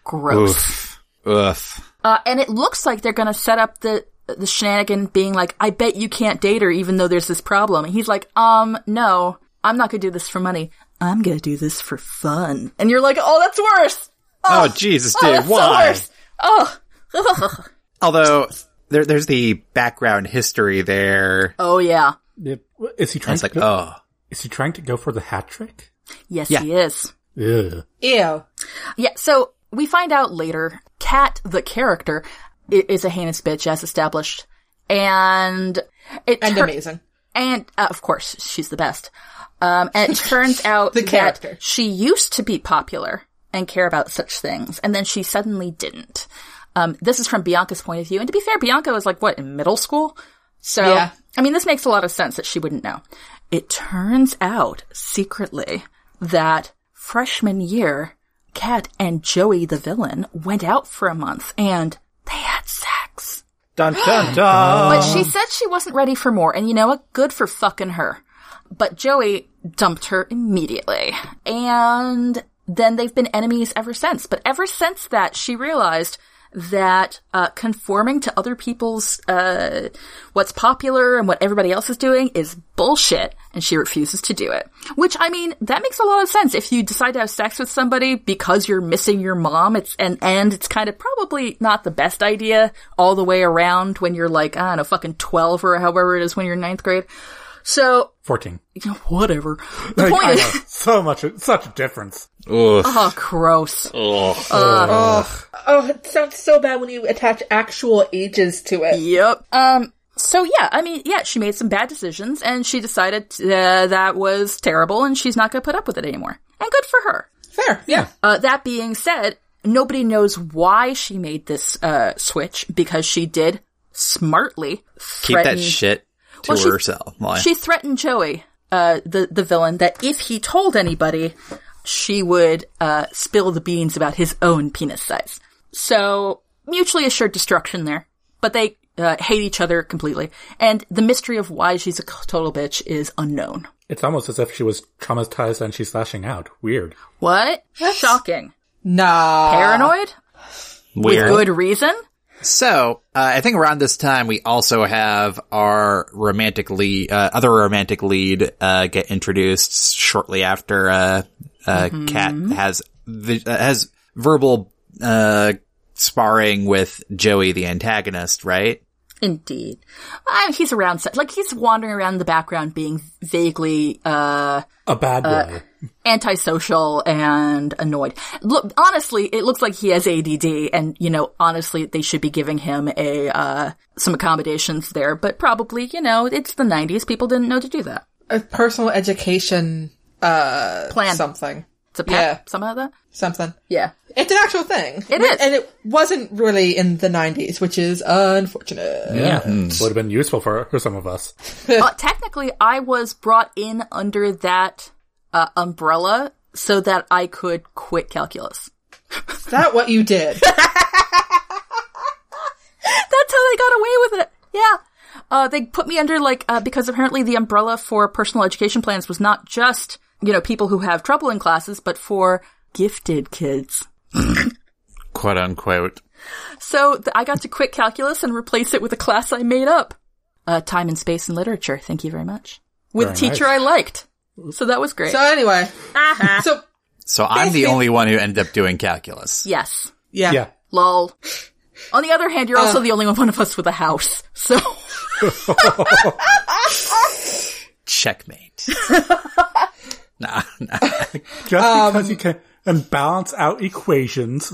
[SPEAKER 4] gross."
[SPEAKER 1] Oof. Oof.
[SPEAKER 4] Uh, and it looks like they're gonna set up the the shenanigan, being like, "I bet you can't date her, even though there's this problem." And he's like, "Um, no, I'm not gonna do this for money. I'm gonna do this for fun." And you're like, "Oh, that's worse."
[SPEAKER 1] Oh, Jesus,
[SPEAKER 4] Oh,
[SPEAKER 1] dude,
[SPEAKER 4] that's the
[SPEAKER 1] why?
[SPEAKER 4] worst. Oh. *laughs* Ugh.
[SPEAKER 1] Although there, there's the background history there.
[SPEAKER 4] oh yeah.
[SPEAKER 2] Yep. Is he trying?
[SPEAKER 1] It's
[SPEAKER 2] To
[SPEAKER 1] like,
[SPEAKER 2] go,
[SPEAKER 1] oh,
[SPEAKER 2] Is he trying to go for the hat trick?
[SPEAKER 4] Yes,
[SPEAKER 1] Yeah.
[SPEAKER 4] he is.
[SPEAKER 2] Ugh.
[SPEAKER 3] Ew.
[SPEAKER 4] Yeah. So we find out later, Kat, the character, i- is a heinous bitch, as established, and it
[SPEAKER 3] And
[SPEAKER 4] tur-
[SPEAKER 3] amazing.
[SPEAKER 4] and uh, of course she's the best. Um, and it turns
[SPEAKER 3] *laughs*
[SPEAKER 4] out
[SPEAKER 3] The character.
[SPEAKER 4] that she used to be popular and care about such things, and then she suddenly didn't. Um, this is from Bianca's point of view, and to be fair, Bianca was like what in middle school, so
[SPEAKER 3] Yeah.
[SPEAKER 4] I mean this makes a lot of sense that she wouldn't know. It turns out secretly that freshman year, Kat and Joey the villain went out for a month and they had sex.
[SPEAKER 2] Dun dun dun.
[SPEAKER 4] But she said she wasn't ready for more, and you know what? Good for fucking her. But Joey dumped her immediately. And then they've been enemies ever since. But ever since that, she realized that uh, conforming to other people's uh, what's popular and what everybody else is doing is bullshit, and she refuses to do it. Which I mean, that makes a lot of sense. If you decide to have sex with somebody because you're missing your mom, it's and and it's kind of probably not the best idea all the way around when you're like I don't know, fucking twelve or however it is when you're in ninth grade. So
[SPEAKER 2] Fourteen.
[SPEAKER 4] you know, whatever. The
[SPEAKER 2] Like,
[SPEAKER 4] point
[SPEAKER 2] I know,
[SPEAKER 4] is,
[SPEAKER 2] so much, such a difference.
[SPEAKER 1] oof.
[SPEAKER 4] oh, gross.
[SPEAKER 3] Oh, it sounds so bad when you attach actual ages to it.
[SPEAKER 4] Yep. Um. So yeah, I mean, yeah, she made some bad decisions, and she decided uh, that was terrible, and she's not going to put up with it anymore. And good for her.
[SPEAKER 3] Fair, yeah.
[SPEAKER 4] Uh, that being said, nobody knows why she made this uh, switch because she did smartly
[SPEAKER 1] Keep
[SPEAKER 4] threaten-
[SPEAKER 1] that shit to
[SPEAKER 4] Well, she-
[SPEAKER 1] herself. Why?
[SPEAKER 4] She threatened Joey, uh, the the villain, that if he told anybody, she would uh, spill the beans about his own penis size. So mutually assured destruction there, but they uh, hate each other completely, and the mystery of why she's a total bitch is unknown.
[SPEAKER 2] It's almost as if she was traumatized and she's lashing out. Weird.
[SPEAKER 4] What? Shocking.
[SPEAKER 3] Nah.
[SPEAKER 4] Paranoid?
[SPEAKER 1] Weird.
[SPEAKER 4] With good reason?
[SPEAKER 1] So, uh, I think around this time we also have our romantic lead, uh, other romantic lead, uh, get introduced shortly after, uh, uh,
[SPEAKER 3] Mm-hmm.
[SPEAKER 1] Kat has, vi- uh, has verbal, uh, sparring with Joey, the antagonist, right?
[SPEAKER 4] Indeed. Uh, he's around, se- like, he's wandering around in the background being vaguely, uh,
[SPEAKER 2] A bad way.
[SPEAKER 4] antisocial and annoyed. Look, honestly, it looks like he has ADD and, you know, honestly, they should be giving him a, uh, some accommodations there, but probably, you know, it's the 90s. People didn't know to do that.
[SPEAKER 3] A personal education, uh,
[SPEAKER 4] Plan.
[SPEAKER 3] something.
[SPEAKER 4] It's a pet,
[SPEAKER 3] Yeah.
[SPEAKER 4] some of that.
[SPEAKER 3] Something. *laughs*
[SPEAKER 4] Yeah.
[SPEAKER 3] It's an actual thing.
[SPEAKER 4] It is.
[SPEAKER 3] And it wasn't really in the 90s, which is unfortunate.
[SPEAKER 2] Yeah. Would have been useful for, for some of us.
[SPEAKER 4] uh, technically, I was brought in under that, uh, umbrella so that I could quit calculus.
[SPEAKER 3] Is that what you
[SPEAKER 4] *laughs*
[SPEAKER 3] did?
[SPEAKER 4] That's how they got away with it. Yeah. Uh, they put me under like, uh, because apparently the umbrella for personal education plans was not just, you know, people who have trouble in classes, but for gifted kids.
[SPEAKER 1] Quote unquote.
[SPEAKER 4] So th- I got to quit calculus and replace it with a class I made up. Uh, time and space and literature. Thank you very much. With a
[SPEAKER 2] Very
[SPEAKER 4] teacher
[SPEAKER 2] nice.
[SPEAKER 4] I liked. So that was great.
[SPEAKER 3] so anyway.
[SPEAKER 4] Uh-huh.
[SPEAKER 3] So,
[SPEAKER 1] So I'm the
[SPEAKER 3] *laughs* Basically-
[SPEAKER 1] only one who ended up doing calculus.
[SPEAKER 4] yes.
[SPEAKER 3] yeah.
[SPEAKER 2] Yeah.
[SPEAKER 4] Lol. On the other hand, you're also the only one of us with a house. So,
[SPEAKER 3] *laughs*
[SPEAKER 1] Checkmate. nah, nah.
[SPEAKER 2] Just because you can and balance out equations.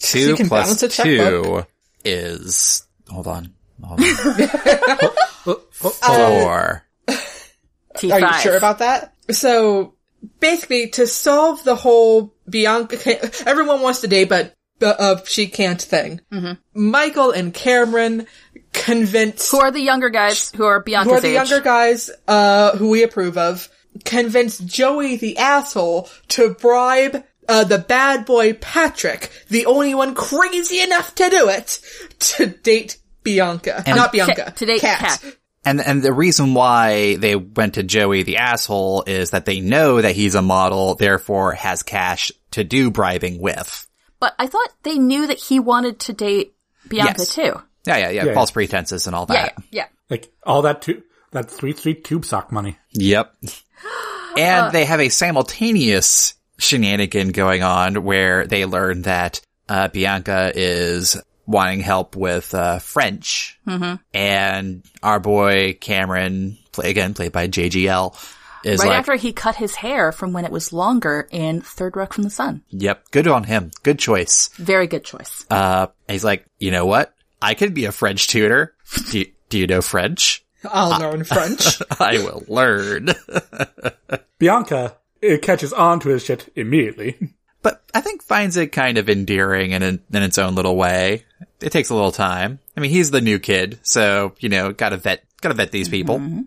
[SPEAKER 1] Two
[SPEAKER 3] can
[SPEAKER 1] plus
[SPEAKER 3] balance a
[SPEAKER 1] two
[SPEAKER 3] checkbook.
[SPEAKER 1] is, hold on, hold on.
[SPEAKER 3] *laughs*
[SPEAKER 1] Four.
[SPEAKER 4] T5.
[SPEAKER 3] Are you sure about that? So basically, to solve the whole Bianca, *laughs* can't, everyone wants to date, but but, uh, she can't thing.
[SPEAKER 4] Mm-hmm.
[SPEAKER 3] Michael and Cameron convince
[SPEAKER 4] who are the younger guys who are Bianca's
[SPEAKER 3] who are the
[SPEAKER 4] age?
[SPEAKER 3] younger guys uh, who we approve of convince Joey the asshole to bribe. Uh, the bad boy Patrick, the only one crazy enough to do it, to date Bianca. Not Bianca.
[SPEAKER 4] Ca- to date
[SPEAKER 3] Cat.
[SPEAKER 4] Kat.
[SPEAKER 1] And and the reason why they went to Joey the asshole is that they know that he's a model, therefore has cash to do bribing with.
[SPEAKER 4] But I thought they knew that he wanted to date Bianca
[SPEAKER 1] Yes.
[SPEAKER 4] too.
[SPEAKER 1] Yeah, yeah, yeah.
[SPEAKER 2] Yeah.
[SPEAKER 1] False pretenses and all
[SPEAKER 4] Yeah,
[SPEAKER 1] that.
[SPEAKER 4] yeah.
[SPEAKER 2] Like all that tu- that sweet, sweet tube sock money.
[SPEAKER 1] Yep. *gasps* And they have a simultaneous shenanigan going on where they learn that uh, Bianca is wanting help with uh, French,
[SPEAKER 4] Mm-hmm.
[SPEAKER 1] and our boy Cameron, play again played by JGL, is
[SPEAKER 4] Right
[SPEAKER 1] like,
[SPEAKER 4] after he cut his hair from when it was longer in Third Rock from the Sun.
[SPEAKER 1] "Yep, good on him, good choice."
[SPEAKER 4] Very good choice.
[SPEAKER 1] Uh, and he's like, you know what? I could be a French tutor. Do you, do you know French?
[SPEAKER 3] I'll learn
[SPEAKER 4] *laughs*
[SPEAKER 3] French.
[SPEAKER 1] I will learn. *laughs*
[SPEAKER 2] Bianca it catches on to his shit immediately.
[SPEAKER 1] but I think finds it kind of endearing in, in, in its own little way. It takes a little time. I mean, he's the new kid, so, you know, gotta vet, gotta vet these people.
[SPEAKER 4] Mm-hmm.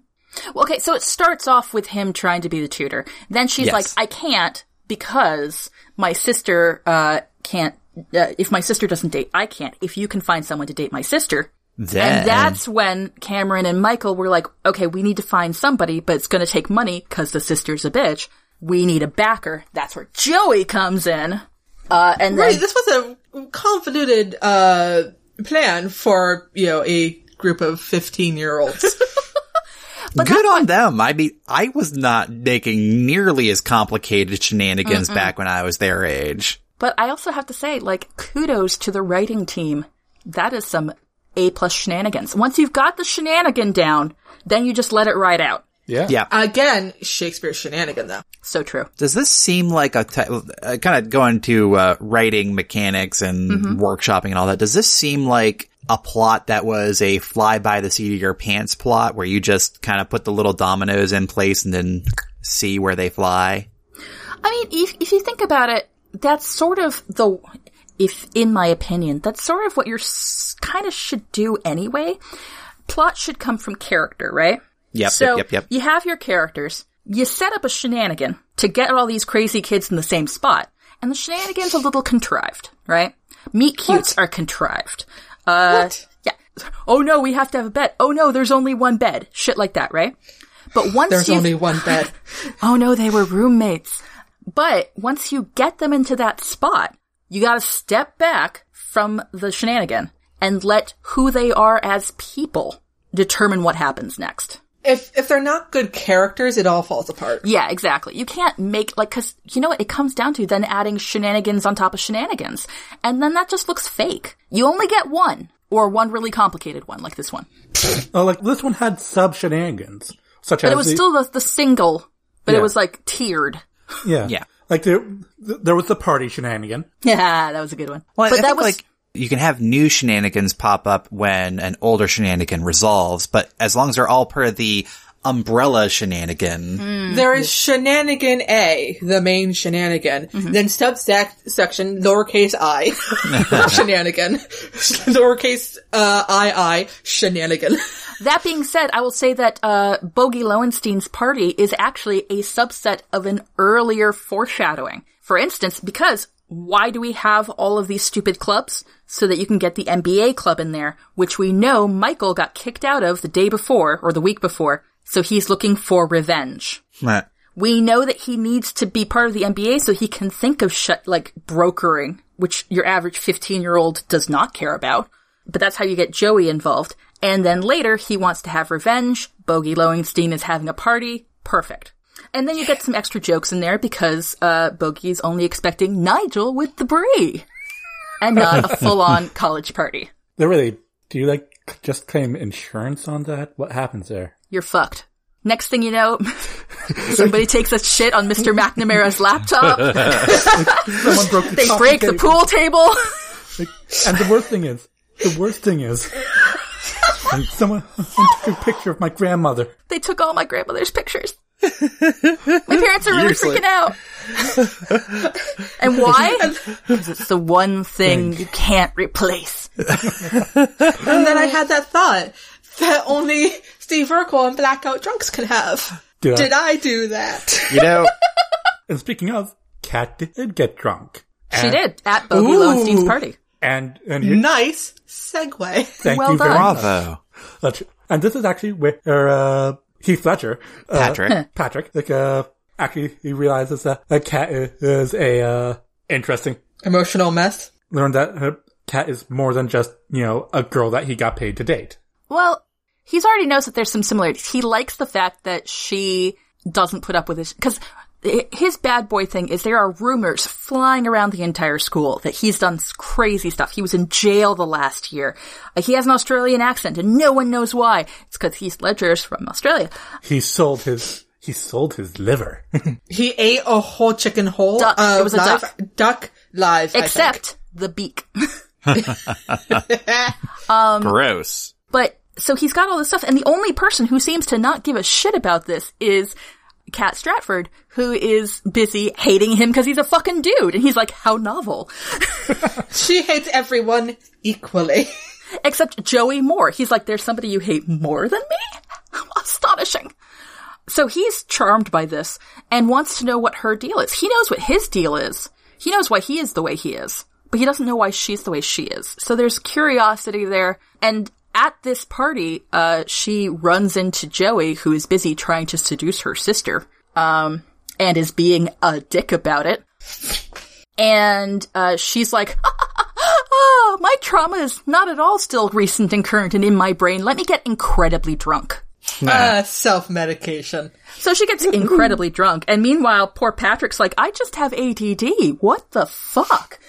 [SPEAKER 4] Well, okay, so it starts off with him trying to be the tutor. Then she's
[SPEAKER 1] Yes.
[SPEAKER 4] like, I can't because my sister, uh, can't, uh, if my sister doesn't date, I can't. If you can find someone to date my sister,
[SPEAKER 1] Then,
[SPEAKER 4] And that's when Cameron and Michael were like, okay, we need to find somebody, but it's going to take money because the sister's a bitch. We need a backer. That's where Joey comes in. Uh, and
[SPEAKER 3] Right,
[SPEAKER 4] then,
[SPEAKER 3] this was a convoluted uh, plan for you know a group of fifteen year
[SPEAKER 4] *laughs*
[SPEAKER 3] olds.
[SPEAKER 1] good on them. I mean, I was not making nearly as complicated shenanigans back when I was their age.
[SPEAKER 4] but I also have to say, like, kudos to the writing team. That is some A plus shenanigans. Once you've got the shenanigan down, then you just let it ride out.
[SPEAKER 2] *laughs* Yeah.
[SPEAKER 1] Yeah.
[SPEAKER 3] Again, Shakespeare's shenanigan though.
[SPEAKER 4] So true.
[SPEAKER 1] Does this seem like a ty- uh, kind of going to uh, writing mechanics and workshopping and all that? Does this seem like a plot that was a fly by the seat of your pants plot where you just kind of put the little dominoes in place and then see where they fly?
[SPEAKER 4] I mean, if, if you think about it, that's sort of the, if in my opinion, that's sort of what you're s- kind of should do anyway. Plot should come from character, right?
[SPEAKER 1] Yep,
[SPEAKER 4] So
[SPEAKER 1] yep, yep, yep.
[SPEAKER 4] you have your characters. You set up a shenanigan to get all these crazy kids in the same spot, and the shenanigan's a little contrived, right? Meet cutes are contrived. Uh,
[SPEAKER 3] What?
[SPEAKER 4] Yeah. Oh no, we have to have a bed. Oh no, there's only one bed. Shit like that, right? But once
[SPEAKER 3] There's
[SPEAKER 4] you've-
[SPEAKER 3] only one
[SPEAKER 4] *laughs*
[SPEAKER 3] bed.
[SPEAKER 4] oh no, they were roommates. But once you get them into that spot, you gotta step back from the shenanigan and let who they are as people determine what happens next.
[SPEAKER 3] If if they're not good characters, it all falls apart.
[SPEAKER 4] Yeah, exactly. You can't make, like, cause, you know what, it comes down to then adding shenanigans on top of shenanigans. And then that just looks fake. You only get one. Or one really complicated one, like this one.
[SPEAKER 2] Uh, like this one had sub shenanigans, such
[SPEAKER 4] But
[SPEAKER 2] as
[SPEAKER 4] it was
[SPEAKER 2] the-
[SPEAKER 4] still the, the single, but
[SPEAKER 2] Yeah.
[SPEAKER 4] it was like tiered. *laughs*
[SPEAKER 2] yeah,
[SPEAKER 1] Yeah.
[SPEAKER 2] Like there, th- there was the party shenanigan.
[SPEAKER 4] Yeah, that was a good one.
[SPEAKER 1] Well,
[SPEAKER 4] but
[SPEAKER 1] I
[SPEAKER 4] that
[SPEAKER 1] think,
[SPEAKER 4] was,
[SPEAKER 1] like you can have new shenanigans pop up when an older shenanigan resolves, but as long as they're all part of the umbrella shenanigan,
[SPEAKER 3] There is shenanigan A, the main shenanigan,
[SPEAKER 4] Mm-hmm.
[SPEAKER 3] then subsect section lowercase
[SPEAKER 4] *laughs*
[SPEAKER 3] i shenanigan, *laughs* lowercase uh, i i shenanigan.
[SPEAKER 4] That being said, I will say that uh, Bogey Lowenstein's party is actually a subset of an earlier foreshadowing. For instance, because why do we have all of these stupid clubs? So that you can get the MBA club in there, which we know Michael got kicked out of the day before or the week before, so he's looking for revenge.
[SPEAKER 1] Right.
[SPEAKER 4] We know that he needs to be part of the MBA so he can think of shut like brokering, which your average 15 year old does not care about. But that's how you get Joey involved. And then later he wants to have revenge. Bogey Lowenstein is having a party. Perfect. And then you get some extra jokes in there because, uh, Bogey's only expecting Nigel with the brie. And not a full on college party.
[SPEAKER 2] There really, do you like c- just claim insurance on that? What happens there?
[SPEAKER 4] You're fucked. Next thing you know, *laughs* somebody takes a shit on Mr. McNamara's laptop.
[SPEAKER 2] *laughs* Someone broke the
[SPEAKER 4] They
[SPEAKER 2] coffee
[SPEAKER 4] break the
[SPEAKER 2] table.
[SPEAKER 4] pool table.
[SPEAKER 2] And the worst thing is, the worst thing is, *laughs* someone took a picture of my grandmother.
[SPEAKER 4] they took all my grandmother's pictures. my parents are really
[SPEAKER 1] Years
[SPEAKER 4] freaking
[SPEAKER 1] later.
[SPEAKER 4] out. and why? Because it's the one thing you can't replace.
[SPEAKER 3] and then I had that thought that only Steve Urkel and blackout drunks can have.
[SPEAKER 2] Did I-
[SPEAKER 3] Did I do that? *laughs*
[SPEAKER 1] You know,
[SPEAKER 2] And speaking of, Kat did get drunk.
[SPEAKER 4] She
[SPEAKER 2] And-
[SPEAKER 4] did at Bogey
[SPEAKER 3] Ooh.
[SPEAKER 4] Lowenstein's party.
[SPEAKER 2] And and here,
[SPEAKER 3] nice segue.
[SPEAKER 2] thank
[SPEAKER 4] well
[SPEAKER 2] you very
[SPEAKER 4] done.
[SPEAKER 2] much.
[SPEAKER 1] bravo,
[SPEAKER 2] That's- And this is actually where uh, Heath Fletcher, uh,
[SPEAKER 1] Patrick.
[SPEAKER 2] Patrick, like uh, actually he realizes that that Kat i- is a uh, interesting.
[SPEAKER 3] Emotional mess.
[SPEAKER 2] Learned that her Kat is more than just you know a girl that he got paid to date.
[SPEAKER 4] Well, he's already knows that there's some similarities. He likes the fact that she doesn't put up with his because his bad boy thing is there are rumors flying around the entire school that he's done s- crazy stuff. He was in jail the last year. Uh, He has an Australian accent and no one knows why. It's because Heath Ledger's from Australia.
[SPEAKER 2] He sold his he sold his liver. *laughs*
[SPEAKER 3] He ate a whole chicken whole.
[SPEAKER 4] Duck. It was a
[SPEAKER 3] live-
[SPEAKER 4] duck.
[SPEAKER 3] Duck live. I think.
[SPEAKER 4] Except the beak. *laughs*
[SPEAKER 1] Gross.
[SPEAKER 4] But so he's got all this stuff, and the only person who seems to not give a shit about this is Kat Stratford, who is busy hating him because he's a fucking dude, and he's like, "How novel."
[SPEAKER 3] she hates everyone equally.
[SPEAKER 4] Except Joey Moore, he's like, "There's somebody you hate more than me." *laughs* Astonishing. So he's charmed by this and wants to know what her deal is. He knows what his deal is. He knows why he is the way he is, but he doesn't know why she's the way she is. So there's curiosity there. And at this party, uh, she runs into Joey, who is busy trying to seduce her sister, um, and is being a dick about it. And uh, she's like, oh, my trauma is not at all still recent and current and in my brain. Let me get incredibly drunk.
[SPEAKER 3] *laughs* uh, self medication.
[SPEAKER 4] So she gets incredibly drunk, and meanwhile, poor Patrick's like, I just have ADD. What the fuck?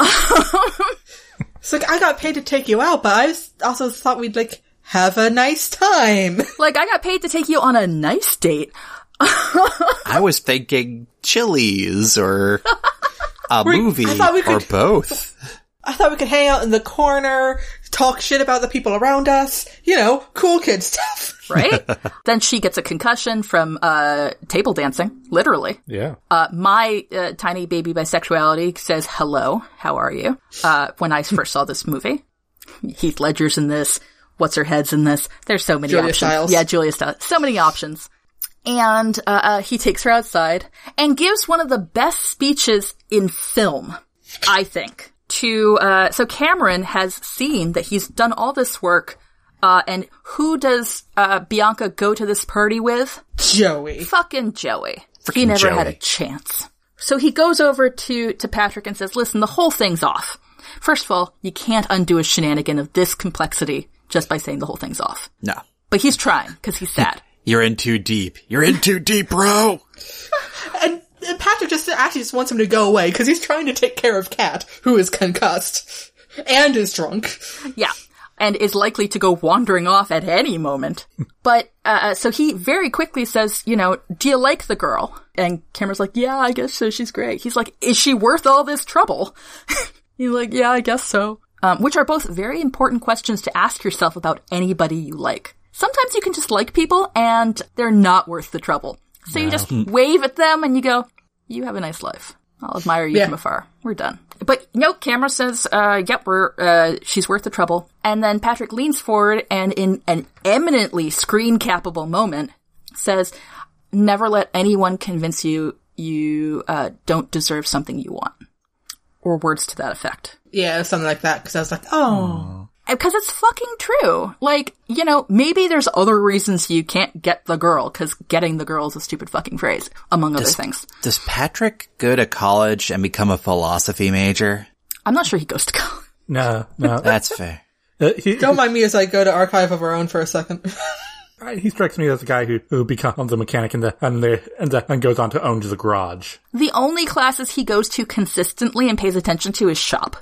[SPEAKER 3] It's like I got paid to take you out, but I s- also thought we'd like have a nice time. *laughs*
[SPEAKER 4] Like, I got paid to take you on a nice date.
[SPEAKER 1] I was thinking Chili's
[SPEAKER 3] *laughs*
[SPEAKER 1] or a movie
[SPEAKER 3] I thought we
[SPEAKER 1] or
[SPEAKER 3] could-
[SPEAKER 1] both.
[SPEAKER 3] I thought we could hang out in the corner, talk shit about the people around us. You know, cool kid stuff. *laughs*
[SPEAKER 4] Right? then she gets a concussion from, uh, table dancing. Literally.
[SPEAKER 2] Yeah.
[SPEAKER 4] Uh, my, uh, tiny baby bisexuality says, hello, how are you? Uh, when I first saw this movie. Heath Ledger's in this. What's her head's in this? There's so many
[SPEAKER 3] Julia
[SPEAKER 4] options.
[SPEAKER 3] Stiles.
[SPEAKER 4] Yeah, Julia Stiles. So many options. and uh, uh, he takes her outside and gives one of the best speeches in film, I think. To uh, so Cameron has seen that he's done all this work Uh, and who does uh, Bianca go to this party with?
[SPEAKER 3] Joey.
[SPEAKER 4] Fucking Joey. he
[SPEAKER 1] Frickin'
[SPEAKER 4] never had
[SPEAKER 1] Joey.
[SPEAKER 4] a chance. So he goes over to, to Patrick and says, listen, the whole thing's off. First of all, you can't undo a shenanigan of this complexity just by saying the whole thing's off.
[SPEAKER 1] No.
[SPEAKER 4] But he's trying, because he's sad.
[SPEAKER 1] You're in too deep. You're in too deep, bro!
[SPEAKER 3] And, and Patrick just actually just wants him to go away because he's trying to take care of Kat, who is concussed *laughs* and is drunk.
[SPEAKER 4] Yeah. And is likely to go wandering off at any moment. But, uh, so he very quickly says, you know, do you like the girl? And Cameron's like, yeah, I guess so. She's great. He's like, is she worth all this trouble? He's like, yeah, I guess so. Um, which are both very important questions to ask yourself about anybody you like. Sometimes you can just like people and they're not worth the trouble. So you just wave at them and you go, you have a nice life. I'll admire you
[SPEAKER 3] Yeah.
[SPEAKER 4] from afar. We're done. But no, Camera says, uh, yep, we're, uh, she's worth the trouble. And then Patrick leans forward and in an eminently screen capable moment says, never let anyone convince you you, uh, don't deserve something you want. Or words to that effect
[SPEAKER 3] Yeah, something like that. Because I was like, oh,
[SPEAKER 4] because it's fucking true. Like, you know, maybe there's other reasons you can't get the girl because getting the girl is a stupid fucking phrase, among other things.
[SPEAKER 1] Does Patrick go to college and become a philosophy major?
[SPEAKER 4] I'm not sure he goes to college.
[SPEAKER 2] No,
[SPEAKER 1] *laughs*
[SPEAKER 2] no.
[SPEAKER 1] That's fair.
[SPEAKER 2] Uh, he,
[SPEAKER 3] don't mind me as I go to Archive of Our Own for a second. *laughs*
[SPEAKER 2] he strikes me as a guy who, who becomes a mechanic and the, and, the, and, the, and goes on to own the garage.
[SPEAKER 4] *laughs* The only classes he goes to consistently and pays attention to is shop,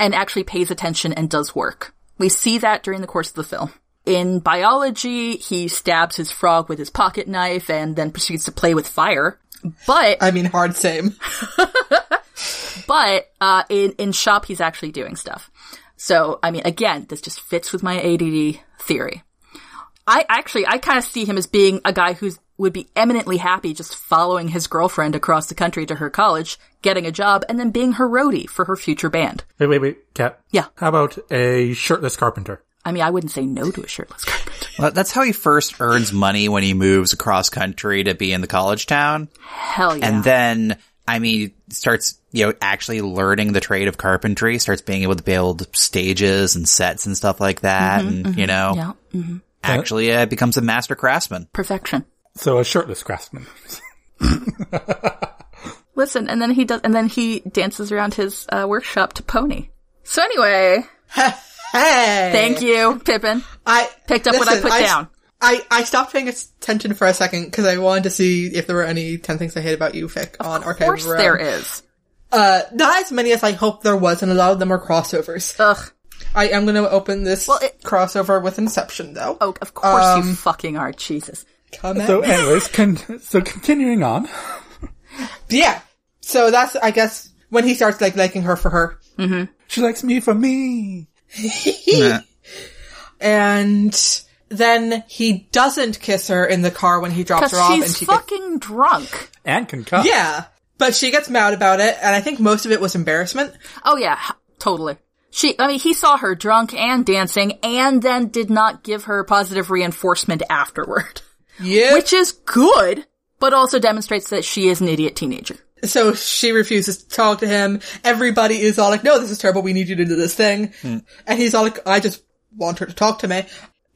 [SPEAKER 4] and actually pays attention and does work. We see that during the course of the film. In biology, he stabs his frog with his pocket knife and then proceeds to play with fire. But
[SPEAKER 3] I mean, hard same.
[SPEAKER 4] but uh, in in shop he's actually doing stuff. So I mean, again, this just fits with my ADD theory. I actually I kind of see him as being a guy who's would be eminently happy just following his girlfriend across the country to her college, getting a job, and then being her roadie for her future band.
[SPEAKER 2] Wait, wait, wait, Kat.
[SPEAKER 4] Yeah.
[SPEAKER 2] How about a shirtless carpenter?
[SPEAKER 4] I mean, I wouldn't say no to a shirtless carpet.
[SPEAKER 1] Well, that's how he first earns money when he moves across country to be in the college town.
[SPEAKER 4] Hell yeah.
[SPEAKER 1] And then, I mean, starts, you know, actually learning the trade of carpentry, starts being able to build stages and sets and stuff like that. and, you know,
[SPEAKER 4] yeah,
[SPEAKER 1] mm-hmm. actually uh, becomes a master craftsman.
[SPEAKER 4] perfection.
[SPEAKER 2] So a shirtless craftsman.
[SPEAKER 4] Listen, and then he does, and then he dances around his uh, workshop to Pony. So anyway,
[SPEAKER 3] Hey,
[SPEAKER 4] thank you, Pippin.
[SPEAKER 3] I
[SPEAKER 4] Picked up what I put
[SPEAKER 3] s-
[SPEAKER 4] down.
[SPEAKER 3] I, I stopped paying attention for a second because I wanted to see if there were any 10 things I hate about you fic on
[SPEAKER 4] Of
[SPEAKER 3] Archive
[SPEAKER 4] course,
[SPEAKER 3] Row.
[SPEAKER 4] there is.
[SPEAKER 3] Uh, not as many as I hoped there was, and a lot of them are crossovers.
[SPEAKER 4] Ugh.
[SPEAKER 3] I am going to open this
[SPEAKER 4] Well, it-
[SPEAKER 3] crossover with Inception, though.
[SPEAKER 4] Oh, of course
[SPEAKER 3] Um,
[SPEAKER 4] you fucking are, Jesus.
[SPEAKER 3] Come at
[SPEAKER 2] so
[SPEAKER 3] *laughs* me.
[SPEAKER 2] anyways, con- so continuing on.
[SPEAKER 3] yeah. So that's, I guess, when he starts, like, liking her for her.
[SPEAKER 2] She likes me for me.
[SPEAKER 1] Nah.
[SPEAKER 3] And then he doesn't kiss her in the car when he drops
[SPEAKER 4] Because
[SPEAKER 3] her off, and
[SPEAKER 4] she's
[SPEAKER 3] she gets-
[SPEAKER 4] fucking drunk.
[SPEAKER 2] And concussed.
[SPEAKER 3] yeah. But she gets mad about it, and I think most of it was embarrassment.
[SPEAKER 4] Oh yeah, h- totally. She, I mean, he saw her drunk and dancing and then did not give her positive reinforcement afterward. *laughs*
[SPEAKER 3] Yeah.
[SPEAKER 4] Which is good, but also demonstrates that she is an idiot teenager.
[SPEAKER 3] So she refuses to talk to him. Everybody is all like, no, this is terrible. We need you to do this thing. And he's all like, I just want her to talk to me.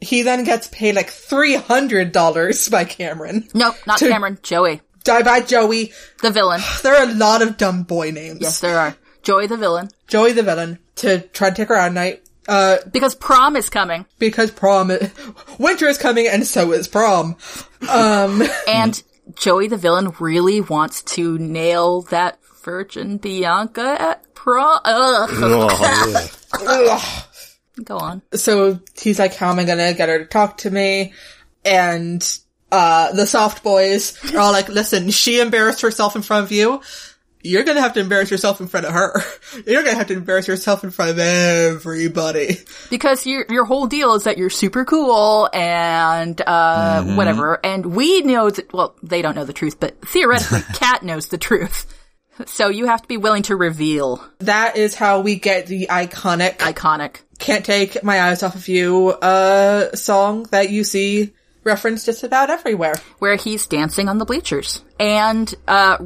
[SPEAKER 3] He then gets paid like $300 by Cameron.
[SPEAKER 4] Nope, not
[SPEAKER 3] To-
[SPEAKER 4] Cameron, Joey.
[SPEAKER 3] Die by Joey.
[SPEAKER 4] The
[SPEAKER 3] *sighs*
[SPEAKER 4] villain.
[SPEAKER 3] There are a lot of dumb boy names.
[SPEAKER 4] Yes, there are. Joey the villain.
[SPEAKER 3] Joey the villain to try to take her out at night. Uh,
[SPEAKER 4] Because prom is coming
[SPEAKER 3] because prom, *laughs* i- winter is coming and so is prom.
[SPEAKER 4] and
[SPEAKER 3] Mm.
[SPEAKER 4] Joey the villain really wants to nail that virgin Bianca at prom.
[SPEAKER 3] Mm-hmm.
[SPEAKER 1] Ugh.
[SPEAKER 4] Ugh.
[SPEAKER 3] Ugh.
[SPEAKER 4] Go on.
[SPEAKER 3] So he's like, how am I gonna get her to talk to me? And, uh, the soft boys are all like, listen, she embarrassed herself in front of you. You're gonna have to embarrass yourself in front of her. *laughs* You're gonna have to embarrass yourself in front of everybody.
[SPEAKER 4] because your your whole deal is that you're super cool and uh whatever and we know that well they don't know the truth but theoretically kat knows the truth so you have to be willing to reveal
[SPEAKER 3] That is how we get the iconic, I
[SPEAKER 4] iconic
[SPEAKER 3] can't take my eyes off of you, uh, song that you see referenced just about everywhere.
[SPEAKER 4] where he's dancing on the bleachers and uh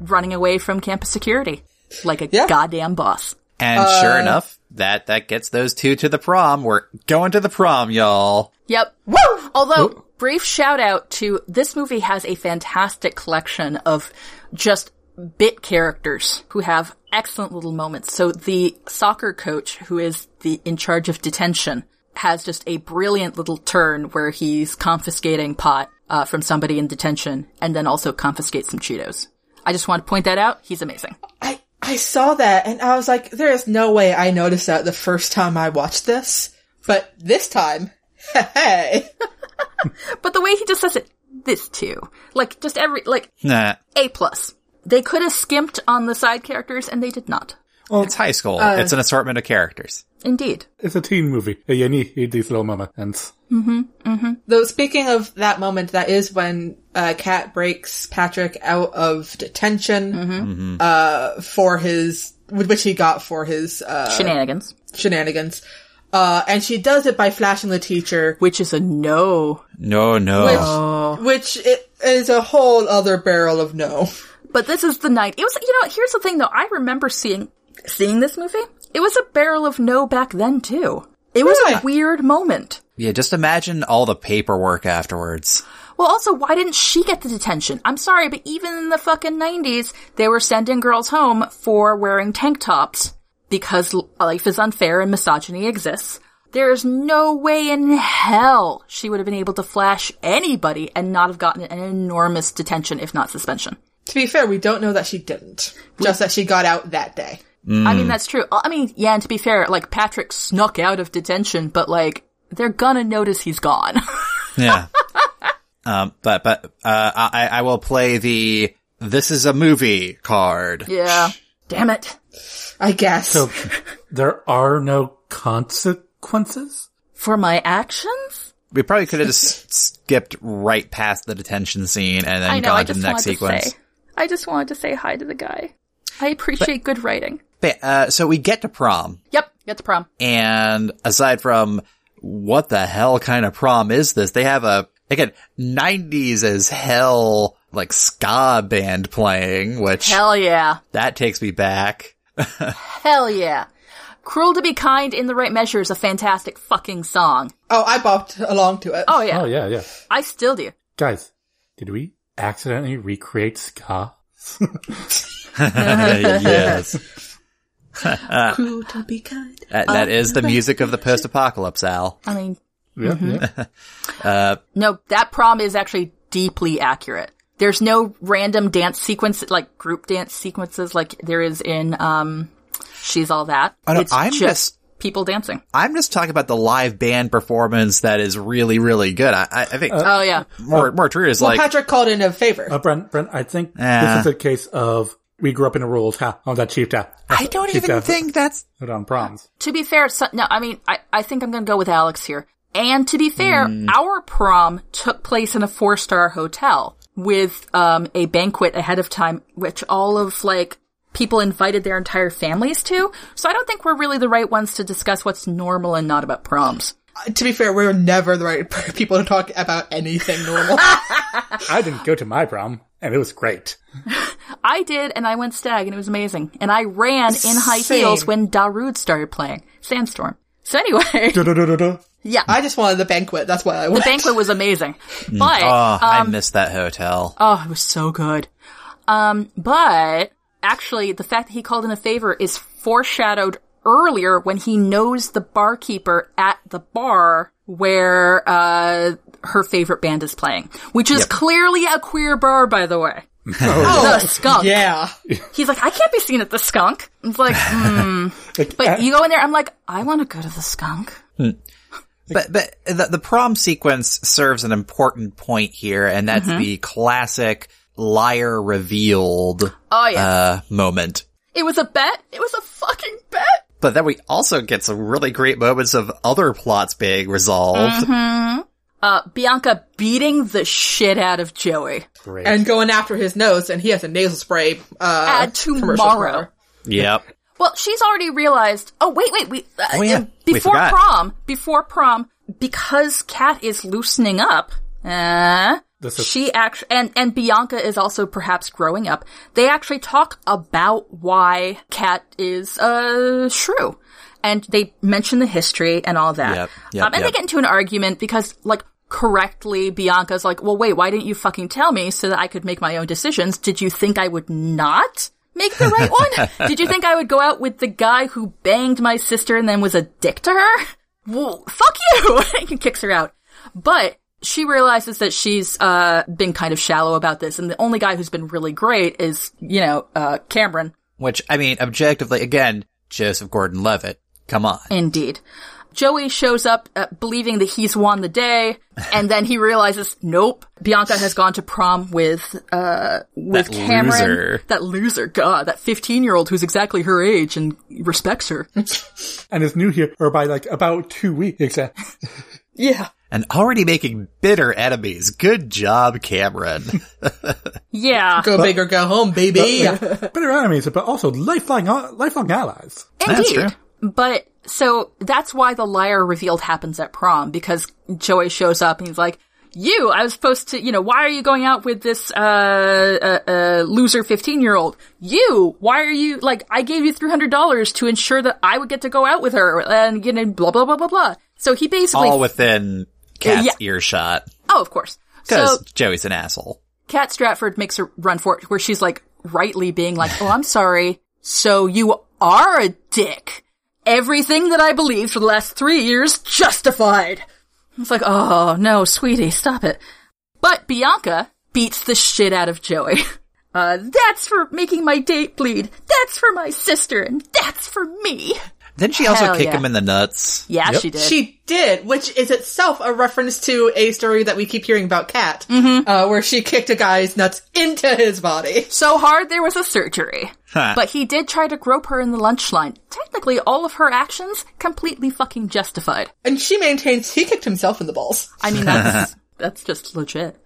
[SPEAKER 4] running away from campus security like a
[SPEAKER 3] Yeah.
[SPEAKER 4] goddamn boss
[SPEAKER 1] And sure enough, that, that gets those two to the prom. We're going to the prom, y'all.
[SPEAKER 4] Yep. Woo! Although, brief shout out to this movie has a fantastic collection of just bit characters who have excellent little moments. So the soccer coach who is the in charge of detention has just a brilliant little turn where he's confiscating pot uh, from somebody in detention and then also confiscates some Cheetos. I just want to point that out. He's amazing.
[SPEAKER 3] I, I saw that and I was like, there is no way I noticed that the first time I watched this, but this time, *laughs* hey,
[SPEAKER 4] But the way he just says it, this too. Like just every like
[SPEAKER 1] Nah,
[SPEAKER 4] A plus. They could have skimped on the side characters and they did not.
[SPEAKER 1] it's high school.
[SPEAKER 4] uh,
[SPEAKER 1] it's an assortment of characters.
[SPEAKER 4] Indeed.
[SPEAKER 2] It's a teen movie. Uh, You need, need these little moments.
[SPEAKER 3] Though speaking of that moment, that is when uh, Cat breaks Patrick out of detention uh, for his which he got for his uh,
[SPEAKER 4] Shenanigans.
[SPEAKER 3] shenanigans, uh, and she does it by flashing the teacher,
[SPEAKER 4] Which is a no.
[SPEAKER 1] No, no.
[SPEAKER 3] which which it is a whole other barrel of no.
[SPEAKER 4] But this is the night. It was, you know, here's the thing though. I remember seeing, seeing this movie. It was a barrel of no back then too. It was
[SPEAKER 3] Yeah.
[SPEAKER 4] a weird moment.
[SPEAKER 1] Yeah, just imagine all the paperwork afterwards.
[SPEAKER 4] Well, also, why didn't she get the detention? I'm sorry, but even in the fucking 90s, they were sending girls home for wearing tank tops because l- life is unfair and misogyny exists. There's no way in hell she would have been able to flash anybody and not have gotten an enormous detention, if not suspension.
[SPEAKER 3] To be fair, we don't know that she didn't, just that she got out that day.
[SPEAKER 4] I
[SPEAKER 1] Mm.
[SPEAKER 4] mean, that's true. I mean, yeah, and to be fair, like, Patrick snuck out of detention, but like, they're gonna notice he's gone. *laughs*
[SPEAKER 1] Yeah. um, but, but, uh, I, I will play the, this is a movie card.
[SPEAKER 4] yeah. Damn it.
[SPEAKER 3] I guess.
[SPEAKER 2] So there are no consequences?
[SPEAKER 4] For my actions?
[SPEAKER 1] We probably could have just s- skipped right past the detention scene and then
[SPEAKER 4] I know.
[SPEAKER 1] gone
[SPEAKER 4] I
[SPEAKER 1] to
[SPEAKER 4] just
[SPEAKER 1] the next
[SPEAKER 4] wanted
[SPEAKER 1] sequence.
[SPEAKER 4] to say. I just wanted to say hi to the guy. I appreciate good writing.
[SPEAKER 1] But, uh, so we get to prom
[SPEAKER 4] Yep, get the prom.
[SPEAKER 1] and aside from what the hell kind of prom is this? They have a, again, 90s as hell, like ska band playing, which
[SPEAKER 4] Hell yeah,
[SPEAKER 1] that takes me back. *laughs*
[SPEAKER 4] hell yeah. Cruel to be kind in the right measure is a fantastic fucking song.
[SPEAKER 3] oh, I bopped along to it.
[SPEAKER 4] Oh yeah,
[SPEAKER 2] Oh, yeah, yeah.
[SPEAKER 4] I still do.
[SPEAKER 2] Guys, did we accidentally recreate ska?
[SPEAKER 1] yes.
[SPEAKER 3] Cruel to be kind.
[SPEAKER 1] That, that is the music of the post-apocalypse, Al.
[SPEAKER 4] I mean,
[SPEAKER 2] Yeah, yeah.
[SPEAKER 4] no, that prom is actually deeply accurate. There's no random dance sequence, like group dance sequences, like there is in um, she's all that.
[SPEAKER 1] I know,
[SPEAKER 4] it's
[SPEAKER 1] I'm
[SPEAKER 4] just people dancing.
[SPEAKER 1] I'm just talking about the live band performance that is really, really good. I, I I think
[SPEAKER 4] Oh yeah,
[SPEAKER 1] more, more true is
[SPEAKER 3] Uh, Well,
[SPEAKER 1] like,
[SPEAKER 3] Patrick called in a favor.
[SPEAKER 2] Uh, Brent, Brent, I think
[SPEAKER 1] Ah.
[SPEAKER 2] this is a case of we grew up in a rural town on that cheap town.
[SPEAKER 1] I don't even think that's,
[SPEAKER 2] Put on proms.
[SPEAKER 4] to be fair, so, no, I mean, I, I think I'm going to go with Alex here. And to be fair,
[SPEAKER 1] Mm.
[SPEAKER 4] our prom took place in a four star hotel with um, a banquet ahead of time, which all of like people invited their entire families to. So I don't think we're really the right ones to discuss what's normal and not about proms.
[SPEAKER 3] to be fair, we're never the right *laughs* people to talk about anything
[SPEAKER 4] *laughs*
[SPEAKER 3] normal.
[SPEAKER 2] I didn't go to my prom, and it was great.
[SPEAKER 4] I did, and I went stag, and it was amazing. And I ran in high
[SPEAKER 3] Same.
[SPEAKER 4] heels when Darude started playing Sandstorm. So anyway, *laughs*
[SPEAKER 2] Du-du-du-du-du.
[SPEAKER 4] yeah,
[SPEAKER 3] I just wanted the banquet. That's what I
[SPEAKER 4] the
[SPEAKER 3] wanted.
[SPEAKER 4] banquet was amazing, but
[SPEAKER 1] oh, I miss that hotel.
[SPEAKER 4] Oh, it was so good. Um, but actually, the fact that he called in a favor is foreshadowed earlier when he knows the barkeeper at the bar where uh, her favorite band is playing, which is clearly a queer bar, by the way.
[SPEAKER 3] Oh,
[SPEAKER 4] The skunk.
[SPEAKER 3] yeah.
[SPEAKER 4] He's like, I can't be seen at the skunk. It's like, hmm.
[SPEAKER 2] Like,
[SPEAKER 4] but
[SPEAKER 2] uh,
[SPEAKER 4] you go in there. I'm like, I want to go to the skunk.
[SPEAKER 1] But but the, the prom sequence serves an important point here, and that's
[SPEAKER 4] Mm-hmm.
[SPEAKER 1] the classic liar revealed
[SPEAKER 4] Oh yeah,
[SPEAKER 1] uh, moment.
[SPEAKER 4] it was a bet. It was a fucking bet.
[SPEAKER 1] But then we also get some really great moments of other plots being resolved.
[SPEAKER 4] Mm-hmm. Uh, Bianca beating the shit out of Joey.
[SPEAKER 2] great.
[SPEAKER 3] And going after his nose, and he has a nasal spray. Uh,
[SPEAKER 4] Add
[SPEAKER 3] commercial
[SPEAKER 4] tomorrow.
[SPEAKER 3] for-
[SPEAKER 1] Yep.
[SPEAKER 4] Well, she's already realized. Oh wait, wait, we uh,
[SPEAKER 1] Oh, yeah.
[SPEAKER 4] uh,
[SPEAKER 1] We
[SPEAKER 4] before
[SPEAKER 1] forgot.
[SPEAKER 4] prom, before prom, because Kat is loosening up. Uh,
[SPEAKER 2] This is
[SPEAKER 4] she actually and and Bianca is also perhaps growing up. They actually talk about why Cat is a shrew, and they mention the history and all that.
[SPEAKER 1] Yep, yep,
[SPEAKER 4] um, and
[SPEAKER 1] yep.
[SPEAKER 4] they get into an argument because like. Correctly, Bianca's like, well, wait, why didn't you fucking tell me so that I could make my own decisions? Did you think I would not make the right
[SPEAKER 1] *laughs*
[SPEAKER 4] one? Did you think I would go out with the guy who banged my sister and then was a dick to her? Well, fuck you! *laughs* and kicks her out. But she realizes that she's uh, been kind of shallow about this, and the only guy who's been really great is, you know, uh, Cameron.
[SPEAKER 1] Which, I mean, objectively, again, Joseph Gordon-Levitt. Come on.
[SPEAKER 4] Indeed. Joey shows up uh, believing that he's won
[SPEAKER 1] *laughs*
[SPEAKER 4] the day, and then he realizes, nope, Bianca has gone to prom with, uh, with
[SPEAKER 1] That
[SPEAKER 4] Cameron.
[SPEAKER 1] loser.
[SPEAKER 4] That loser, god, that 15 year old who's exactly her age and respects her.
[SPEAKER 2] and is new here or by like about two weeks. *laughs* Uh,
[SPEAKER 4] yeah.
[SPEAKER 1] And already making bitter enemies. Good job,
[SPEAKER 4] *laughs*
[SPEAKER 1] Cameron.
[SPEAKER 4] Yeah.
[SPEAKER 3] Go big or go home, baby.
[SPEAKER 2] Better enemies, but also lifelong uh, lifelong allies.
[SPEAKER 1] That's
[SPEAKER 4] Indeed.
[SPEAKER 1] true.
[SPEAKER 4] But so that's why the liar revealed happens at prom because Joey shows up and he's like, "You, I was supposed to, you know, why are you going out with this uh, uh, uh loser 15-year-old? You, why are you like I gave you $300 to ensure that I would get to go out with her and you know blah blah blah blah blah." So he basically
[SPEAKER 1] All within Cat's
[SPEAKER 4] Uh, Yeah.
[SPEAKER 1] earshot.
[SPEAKER 4] Oh, of course. So
[SPEAKER 1] Because Joey's an asshole.
[SPEAKER 4] Kat Stratford makes a run for it where she's like rightly being like, Oh, I'm sorry. So you are a dick. Everything that I believed for the last three years justified. It's like, Oh no, sweetie, stop it. But Bianca beats the shit out of Joey. *laughs* Uh, that's for making my date bleed. That's for my sister and that's for me.
[SPEAKER 1] Didn't she also
[SPEAKER 4] Hell
[SPEAKER 1] kick
[SPEAKER 4] yeah.
[SPEAKER 1] him in the nuts?
[SPEAKER 4] Yeah, she did.
[SPEAKER 3] She did, which is itself a reference to a story that we keep hearing about Kat,
[SPEAKER 4] Mm-hmm.
[SPEAKER 3] uh, where she kicked a guy's nuts into his body.
[SPEAKER 4] so hard there was a surgery. But he did try to grope her in the lunch line. Technically, all of her actions completely fucking justified.
[SPEAKER 3] And she maintains he kicked himself in the balls.
[SPEAKER 4] I mean, that's that's just legit.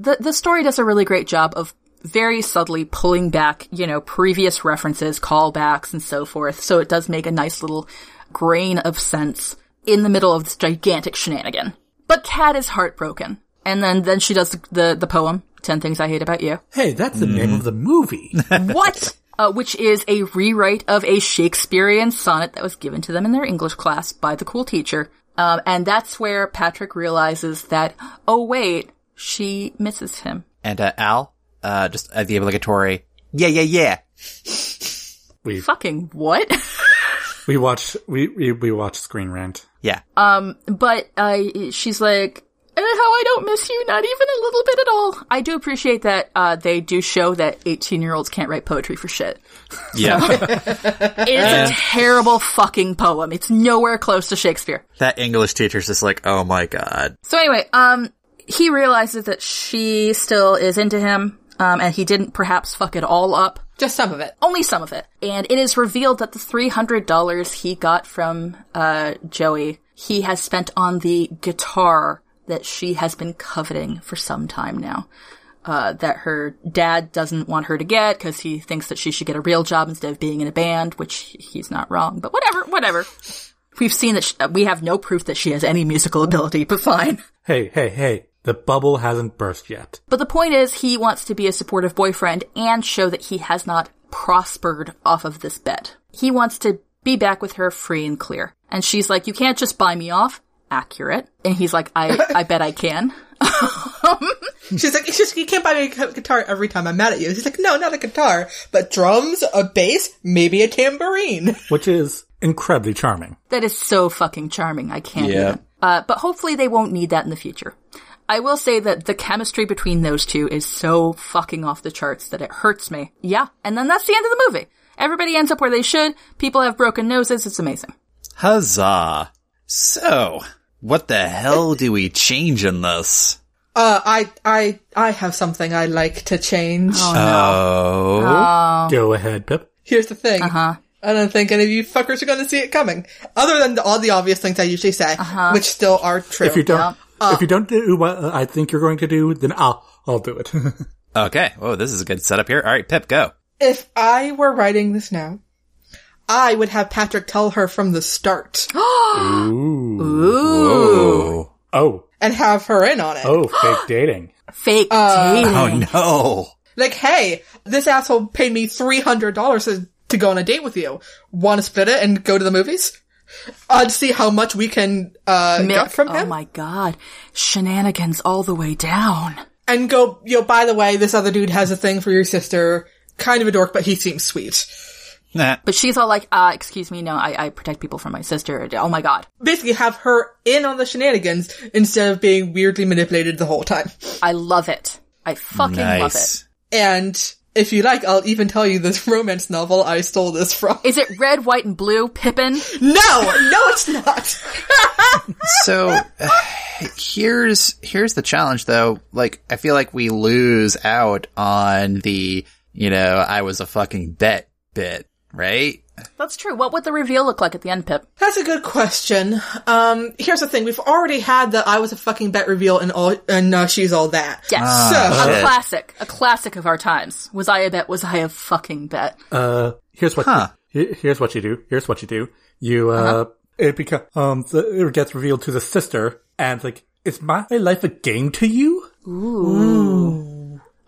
[SPEAKER 4] The the story does a really great job of very subtly pulling back, you know, previous references, callbacks, and so forth. So it does make a nice little grain of sense in the middle of this gigantic shenanigan. But Kat is heartbroken, and then then she does the the poem, Ten Things I Hate About You."
[SPEAKER 2] Hey, that's the name of the movie.
[SPEAKER 4] what? Uh, which is a rewrite of a Shakespearean sonnet that was given to them in their English class by the cool teacher. Um, and that's where Patrick realizes that, oh wait, she misses him.
[SPEAKER 1] And uh, Al, uh, just uh, the obligatory, yeah, yeah, yeah.
[SPEAKER 2] we
[SPEAKER 4] Fucking what? *laughs*
[SPEAKER 2] we watch we we, we watch Screen Rant.
[SPEAKER 1] Yeah.
[SPEAKER 4] but uh, she's like, "Eh, how I don't miss you, not even a little bit at all. I do appreciate that uh, they do show that 18 year olds can't write poetry for shit. *laughs*
[SPEAKER 1] yeah.
[SPEAKER 4] It's a terrible fucking poem. It's nowhere close to Shakespeare.
[SPEAKER 1] that English teacher's just like, oh my god.
[SPEAKER 4] So anyway, um, he realizes that she still is into him, um, and he didn't perhaps fuck it all up.
[SPEAKER 3] Just some of it.
[SPEAKER 4] Only some of it. And it is revealed that the $300 he got from, uh, Joey, he has spent on the guitar that she has been coveting for some time now. Uh, that her dad doesn't want her to get because he thinks that she should get a real job instead of being in a band, which he's not wrong, but whatever, whatever. We've seen that sh we have no proof that she has any musical ability, but fine.
[SPEAKER 2] Hey, hey, hey! The bubble hasn't burst yet.
[SPEAKER 4] But the point is, he wants to be a supportive boyfriend and show that he has not prospered off of this bet. He wants to be back with her free and clear. And she's like, you can't just buy me off. Accurate. And he's like, I, I bet I can. *laughs*
[SPEAKER 3] She's like, it's just, you can't buy me a gu- guitar every time I'm mad at you. She's like, no, not a guitar, but drums, a bass, maybe a tambourine.
[SPEAKER 2] which is incredibly charming.
[SPEAKER 4] That is so fucking charming. I can't even. Uh, but hopefully they won't need that in the future. I will say that the chemistry between those two is so fucking off the charts that it hurts me. Yeah. And then that's the end of the movie. Everybody ends up where they should. People have broken noses. It's amazing.
[SPEAKER 1] Huzzah. So, what the hell do we change in this?
[SPEAKER 3] Uh, I, I, I have something I like to change.
[SPEAKER 1] Oh.
[SPEAKER 2] Go ahead, Pip.
[SPEAKER 3] Here's the thing. I don't think any of you fuckers are going to see it coming. Other than the, all the obvious things I usually say, which still are true.
[SPEAKER 2] If you don't, if you don't do what uh, I think you're going to do, then I'll I'll do it. *laughs*
[SPEAKER 4] Uh.
[SPEAKER 1] Okay. Oh, this is a good setup here. All right, Pip, go.
[SPEAKER 3] If I were writing this now, I would have Patrick tell her from the start
[SPEAKER 2] Ooh.
[SPEAKER 1] Ooh.
[SPEAKER 2] Oh,
[SPEAKER 3] and have her in on it.
[SPEAKER 2] oh, fake dating.
[SPEAKER 4] Fake dating.
[SPEAKER 1] Oh
[SPEAKER 3] Like, hey, this asshole paid me $300 to, to go on a date with you. Want to split it and go to the movies? Uh, to see how much we can, uh,
[SPEAKER 4] Milk.
[SPEAKER 3] get from
[SPEAKER 4] oh
[SPEAKER 3] him.
[SPEAKER 4] my god. Shenanigans all the way down.
[SPEAKER 3] and go, yo, by the way, this other dude has a thing for your sister. Kind of a dork, but he seems sweet.
[SPEAKER 1] no. *laughs* Nah.
[SPEAKER 4] But she's all like, uh, excuse me, no, I, I protect people from my sister. Oh my god.
[SPEAKER 3] Basically have her in on the shenanigans instead of being weirdly manipulated the whole time.
[SPEAKER 4] I love it. I fucking love it.
[SPEAKER 1] Nice.
[SPEAKER 3] And if you like, I'll even tell you this *laughs* romance novel I stole this from.
[SPEAKER 4] Is it red, white, and blue,
[SPEAKER 3] No!
[SPEAKER 4] Pippin?
[SPEAKER 3] No, it's not!
[SPEAKER 1] so *sighs* here's here's the challenge though like i feel like we lose out on the you know i was a fucking bet bit right
[SPEAKER 4] *laughs* That's true. What would the reveal look like at the end, Pip?
[SPEAKER 3] That's a good question. Um, here's the thing. We've already had the I was a fucking bet reveal and all, and uh, she's all that.
[SPEAKER 4] Yes.
[SPEAKER 3] So,
[SPEAKER 4] a
[SPEAKER 1] Oh, shit.
[SPEAKER 4] classic. A classic of our times. Was I a bet? Was I a fucking bet?
[SPEAKER 2] Uh, here's what
[SPEAKER 1] Huh.
[SPEAKER 2] he- here's what you do. Here's what you do. You uh, it becomes um, the- it gets revealed to the sister, and like, is my life a game to you?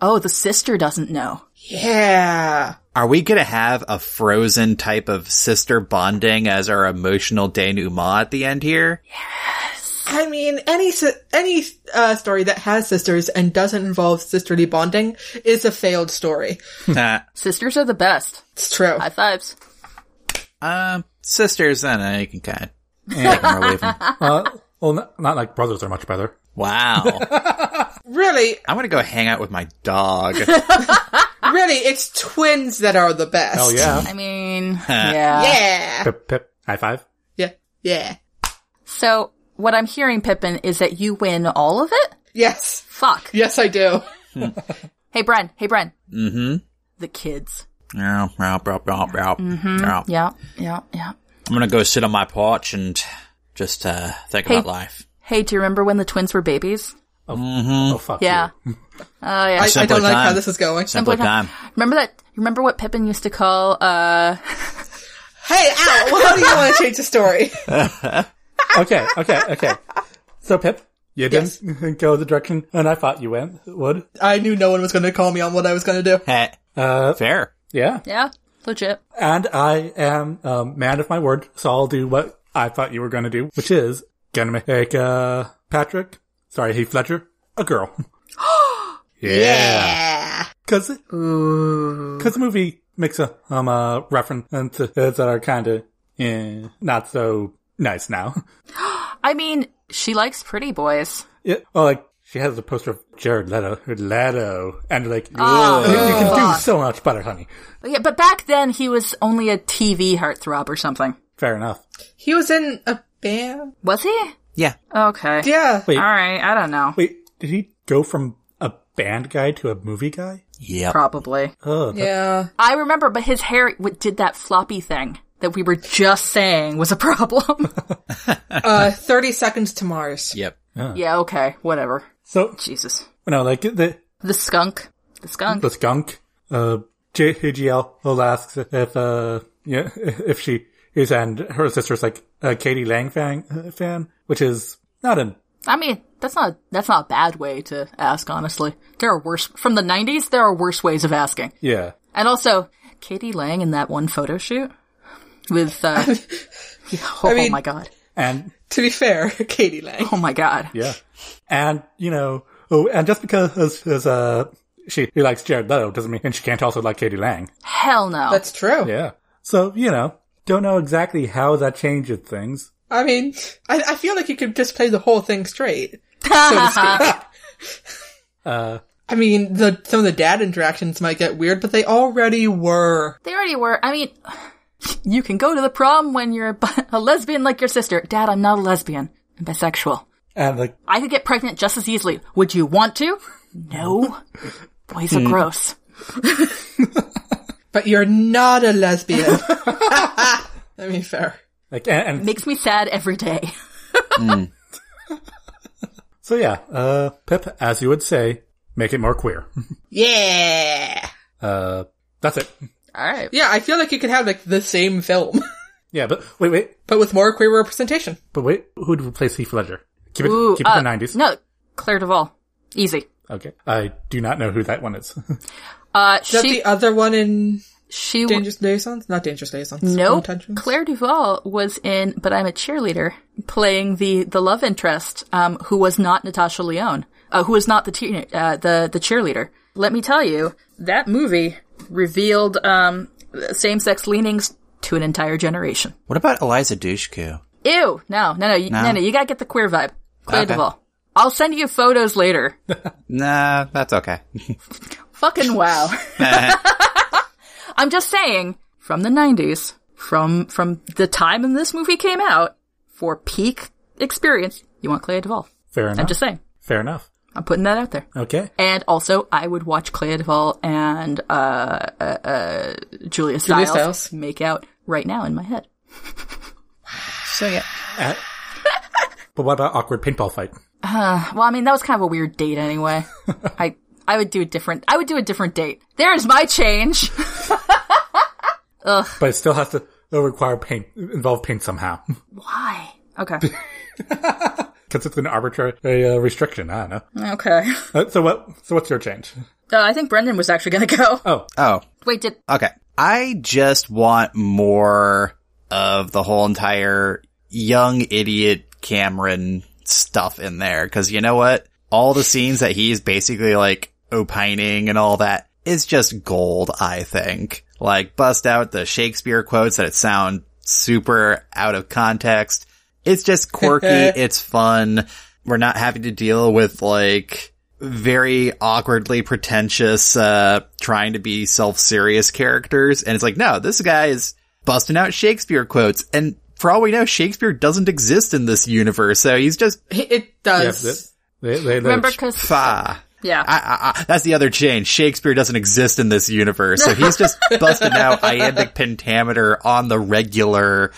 [SPEAKER 4] Oh, the sister doesn't know.
[SPEAKER 3] yeah.
[SPEAKER 1] are we gonna have a frozen type of sister bonding as our emotional denouement at the end here
[SPEAKER 3] I mean, any, si- any, uh, story that has sisters and doesn't involve sisterly bonding is a failed story.
[SPEAKER 1] Nah.
[SPEAKER 4] Sisters are the best.
[SPEAKER 3] It's true.
[SPEAKER 4] High fives.
[SPEAKER 1] um sisters then i can kind of take 'em or leave 'em. *laughs*
[SPEAKER 2] uh, well, not, not like brothers are much better.
[SPEAKER 1] wow
[SPEAKER 3] really,
[SPEAKER 1] i'm gonna go hang out with my *laughs* dog
[SPEAKER 3] really, it's twins that are the best.
[SPEAKER 2] Hell Oh, yeah.
[SPEAKER 1] *laughs*
[SPEAKER 4] I mean, yeah.
[SPEAKER 3] Yeah.
[SPEAKER 2] pip pip. High five.
[SPEAKER 3] Yeah. Yeah.
[SPEAKER 4] So, what I'm hearing, Pippin, is that you win all of it?
[SPEAKER 3] Yes.
[SPEAKER 4] Fuck.
[SPEAKER 3] Yes, I do.
[SPEAKER 4] Hey, Bren. Hey, Bren. Mm-hmm. The kids.
[SPEAKER 1] Yeah, yeah, yeah, yeah, yeah. Mm-hmm. Yeah.
[SPEAKER 4] Yeah, yeah, yeah.
[SPEAKER 1] i'm gonna go sit on my porch and just uh think
[SPEAKER 4] Hey.
[SPEAKER 1] about life
[SPEAKER 4] Hey, do you remember when the twins were babies?
[SPEAKER 2] Oh fuck.
[SPEAKER 4] Yeah. *laughs* Oh, yeah.
[SPEAKER 3] I, I
[SPEAKER 1] Simpler
[SPEAKER 3] don't like how
[SPEAKER 1] time.
[SPEAKER 3] this is going.
[SPEAKER 1] simpler time
[SPEAKER 4] Remember that? Remember what Pippin used to call, uh,
[SPEAKER 3] Hey, ow! Well, how do you want to change the story? *laughs*
[SPEAKER 2] okay. Okay. Okay. So pip, you
[SPEAKER 3] Yes.
[SPEAKER 2] didn't *laughs* go the direction, and I thought you went would.
[SPEAKER 3] I knew no one was going to call me on what I was going to do.
[SPEAKER 1] Heh. Fair.
[SPEAKER 2] Yeah.
[SPEAKER 4] yeah, legit.
[SPEAKER 2] And I am a man of my word, so I'll do what I thought you were going to do, which is gonna make uh, Patrick, sorry, Heath Ledger, a girl. *gasps* yeah, because because the movie makes a um a reference and to- that are kind of eh, not so nice now. *laughs*
[SPEAKER 4] I mean, she likes pretty boys.
[SPEAKER 2] Yeah, well, like she has the poster of Jared Leto, Leto, and like you, you can do so much better, honey.
[SPEAKER 4] But yeah, but back then he was only a TV heartthrob or something.
[SPEAKER 2] Fair enough.
[SPEAKER 3] He was in a band.
[SPEAKER 4] Was he?
[SPEAKER 1] Yeah.
[SPEAKER 4] Okay.
[SPEAKER 3] Yeah.
[SPEAKER 2] Wait.
[SPEAKER 4] All right. I don't know.
[SPEAKER 2] Wait, did he go from a band guy to a movie guy?
[SPEAKER 1] Yep.
[SPEAKER 4] Probably.
[SPEAKER 2] Oh, that-
[SPEAKER 3] Yeah.
[SPEAKER 4] I remember, but his hair w- did that floppy thing that we were just saying was a *laughs* problem.
[SPEAKER 3] Uh, 30 Seconds to Mars.
[SPEAKER 1] Yep.
[SPEAKER 4] yeah. Okay. Whatever.
[SPEAKER 2] so
[SPEAKER 4] Jesus.
[SPEAKER 2] no, like the
[SPEAKER 4] The skunk. The skunk.
[SPEAKER 2] the skunk. Uh, JGL will ask if uh, yeah, *laughs* if she is, and her sister's like a Katie Lang fan, uh, fan, which is not an
[SPEAKER 4] I mean, that's not that's not a bad way to ask. Honestly, there are worse from the '90s. There are worse ways of asking.
[SPEAKER 2] yeah.
[SPEAKER 4] And also, Katie Lang in that one photo shoot with.
[SPEAKER 3] *laughs*
[SPEAKER 4] Uh, *laughs* oh,
[SPEAKER 3] mean-
[SPEAKER 4] my god!
[SPEAKER 2] And
[SPEAKER 3] To be fair, *laughs* Katie Lang.
[SPEAKER 4] Oh my god!
[SPEAKER 2] Yeah. And, you know, oh, and just because, as, uh, she, he likes Jared Leto doesn't mean, and she can't also like Katie Lang.
[SPEAKER 4] Hell no!
[SPEAKER 3] That's true.
[SPEAKER 2] Yeah. So, you know, don't know exactly how that changes things.
[SPEAKER 3] I mean, I, I feel like you could just play the whole thing straight, so to speak.
[SPEAKER 2] Uh,
[SPEAKER 3] I mean, the some of the dad interactions might get weird, but they already were.
[SPEAKER 4] They already were. I mean, you can go to the prom when you're *laughs* a, bi- a lesbian like your sister. Dad, I'm not a lesbian. I'm bisexual.
[SPEAKER 2] and like,
[SPEAKER 4] I could get pregnant just as easily. Would you want to? No. Boys are gross.
[SPEAKER 3] But you're not a lesbian. *laughs* I mean, fair.
[SPEAKER 2] like, and, and
[SPEAKER 4] Makes me sad every day.
[SPEAKER 2] so yeah, uh, Pip, as you would say, make it more
[SPEAKER 4] *laughs*
[SPEAKER 2] queer.
[SPEAKER 3] Yeah.
[SPEAKER 2] uh, that's it.
[SPEAKER 4] All right.
[SPEAKER 3] Yeah, I feel like you could have like the same film, *laughs*
[SPEAKER 2] Yeah, but wait, wait,
[SPEAKER 3] but with more queer representation.
[SPEAKER 4] uh,
[SPEAKER 2] but wait, who'd replace Heath Ledger? Keep it, keep it in the 90s.
[SPEAKER 4] No, Claire Duvall. Easy.
[SPEAKER 2] Okay. I do not know who that one is. *laughs*
[SPEAKER 4] Uh,
[SPEAKER 3] Is that
[SPEAKER 4] she
[SPEAKER 3] the other one in
[SPEAKER 4] she w-
[SPEAKER 3] Dangerous Liaisons? Not Dangerous Liaisons.
[SPEAKER 4] no
[SPEAKER 3] Intentions?
[SPEAKER 4] Claire Duvall was in, but I'm a cheerleader playing the the love interest, um, who was not Natasha Leone, uh, who was not the teen uh, the the cheerleader. Let me tell you, that movie revealed um same sex leanings to an entire generation.
[SPEAKER 1] What about Eliza Dushku?
[SPEAKER 4] Ew, no, no, no, you, no,
[SPEAKER 1] No.
[SPEAKER 4] no, you gotta get the queer vibe. Claire
[SPEAKER 1] Okay.
[SPEAKER 4] Duvall. I'll send you photos later.
[SPEAKER 1] Nah, that's okay.
[SPEAKER 4] Fucking wow. *laughs* I'm just saying, from the 90s, from from the time when this movie came out, for peak experience, you want Clea Duvall.
[SPEAKER 2] Fair enough.
[SPEAKER 4] I'm just saying.
[SPEAKER 2] Fair enough.
[SPEAKER 4] I'm putting that out there.
[SPEAKER 2] Okay.
[SPEAKER 4] And also, I would watch Clea Duvall and uh, uh, uh, Julia, Stiles
[SPEAKER 3] Stiles.
[SPEAKER 4] make out right now in my head.
[SPEAKER 1] So yeah.
[SPEAKER 4] *laughs*
[SPEAKER 2] Uh, but what about awkward paintball fight?
[SPEAKER 4] Well, I mean, that was kind of a weird date anyway. I I would do a different. I would do a different date. There's my change. *laughs*
[SPEAKER 2] But it still has to it'll require paint, involve paint somehow. *laughs*
[SPEAKER 4] Why? Okay.
[SPEAKER 2] Because it's an arbitrary uh, restriction. I don't know.
[SPEAKER 4] Okay.
[SPEAKER 2] Uh, so what? So what's your change?
[SPEAKER 4] Uh, I think Brendan was actually gonna go.
[SPEAKER 2] Oh,
[SPEAKER 1] Oh,
[SPEAKER 4] Wait, did
[SPEAKER 1] okay. I just want more of the whole entire young idiot Cameron stuff in there. Cause you know what? All the scenes that he's basically like opining and all that is just gold, I think. Like bust out the Shakespeare quotes that sound super out of context. It's just quirky. it's fun. We're not having to deal with like very awkwardly pretentious, uh, trying to be self-serious characters. And it's like, no, this guy is busting out Shakespeare quotes. And for all we know, Shakespeare doesn't exist in this universe. So he's just
[SPEAKER 3] He- It
[SPEAKER 2] yeah,
[SPEAKER 3] does.
[SPEAKER 2] they, they, they,
[SPEAKER 4] remember? Because
[SPEAKER 1] fa.
[SPEAKER 4] yeah,
[SPEAKER 1] I, I, I, that's the other change. Shakespeare doesn't exist in this universe. So he's just busting out iambic pentameter on the regular.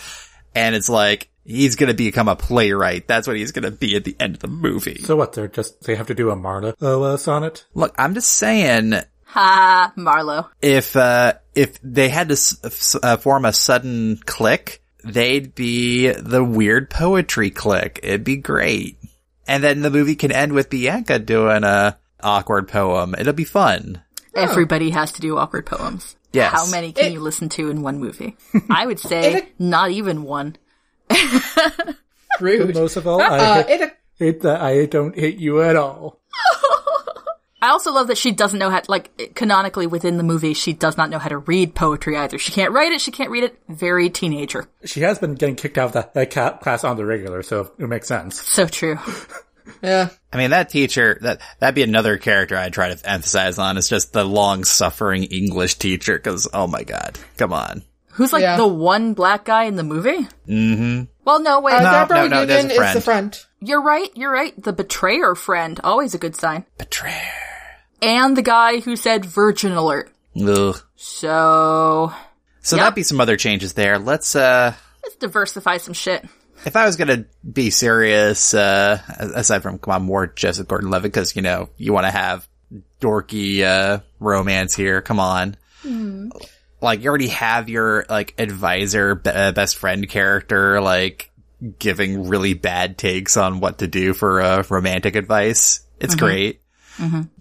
[SPEAKER 1] And it's like, he's going to become a playwright. That's what he's going to be at the end of the movie.
[SPEAKER 2] So what? They're just they have to do a Marta uh, sonnet.
[SPEAKER 1] Look, I'm just saying
[SPEAKER 4] ha, Marlowe.
[SPEAKER 1] if, uh, if they had to s- s- uh, form a sudden click, they'd be the weird poetry click. It'd be great. And then the movie can end with Bianca doing a awkward poem. It'll be fun.
[SPEAKER 4] Everybody has to do awkward poems.
[SPEAKER 1] Yes.
[SPEAKER 4] How many can
[SPEAKER 3] It-
[SPEAKER 4] you listen to in one movie? I would say
[SPEAKER 3] It-
[SPEAKER 4] not even one.
[SPEAKER 3] Rude.
[SPEAKER 2] Most of all,
[SPEAKER 4] *laughs*
[SPEAKER 2] I
[SPEAKER 3] Uh,
[SPEAKER 2] hate,
[SPEAKER 3] it,
[SPEAKER 2] hate that I don't hate you at all.
[SPEAKER 4] I also love that she doesn't know how, like, canonically within the movie, she does not know how to read poetry either. She can't write it, she can't read it. Very teenager.
[SPEAKER 2] She has been getting kicked out of that, that ca- class on the regular, so it makes sense.
[SPEAKER 4] So true.
[SPEAKER 3] yeah.
[SPEAKER 1] I mean, that teacher, that, that'd be another character I'd try to emphasize on is just the long suffering English teacher. Cause, oh my God, come on.
[SPEAKER 4] Who's like
[SPEAKER 3] Yeah.
[SPEAKER 4] the one black guy in the movie? Mm-hmm. Well, no, wait.
[SPEAKER 3] Uh,
[SPEAKER 1] No,
[SPEAKER 3] Barbara
[SPEAKER 1] no, no, there's a
[SPEAKER 3] Union is the
[SPEAKER 1] friend.
[SPEAKER 3] friend.
[SPEAKER 4] You're right. You're right. The betrayer friend. Always a good sign.
[SPEAKER 1] Betrayer.
[SPEAKER 4] And the guy who said virgin alert.
[SPEAKER 1] Ugh.
[SPEAKER 4] So
[SPEAKER 1] So
[SPEAKER 4] Yep.
[SPEAKER 1] that'd be some other changes there. Let's, uh,
[SPEAKER 4] let's diversify some shit.
[SPEAKER 1] if I was gonna be serious, uh, aside from, come on, more Joseph Gordon-Levitt, cause, you know, you wanna have dorky, uh, romance here. Come on. Like, you already have your, like, advisor, be- uh, best friend character, like, giving really bad takes on what to do for, uh, romantic advice. It's great.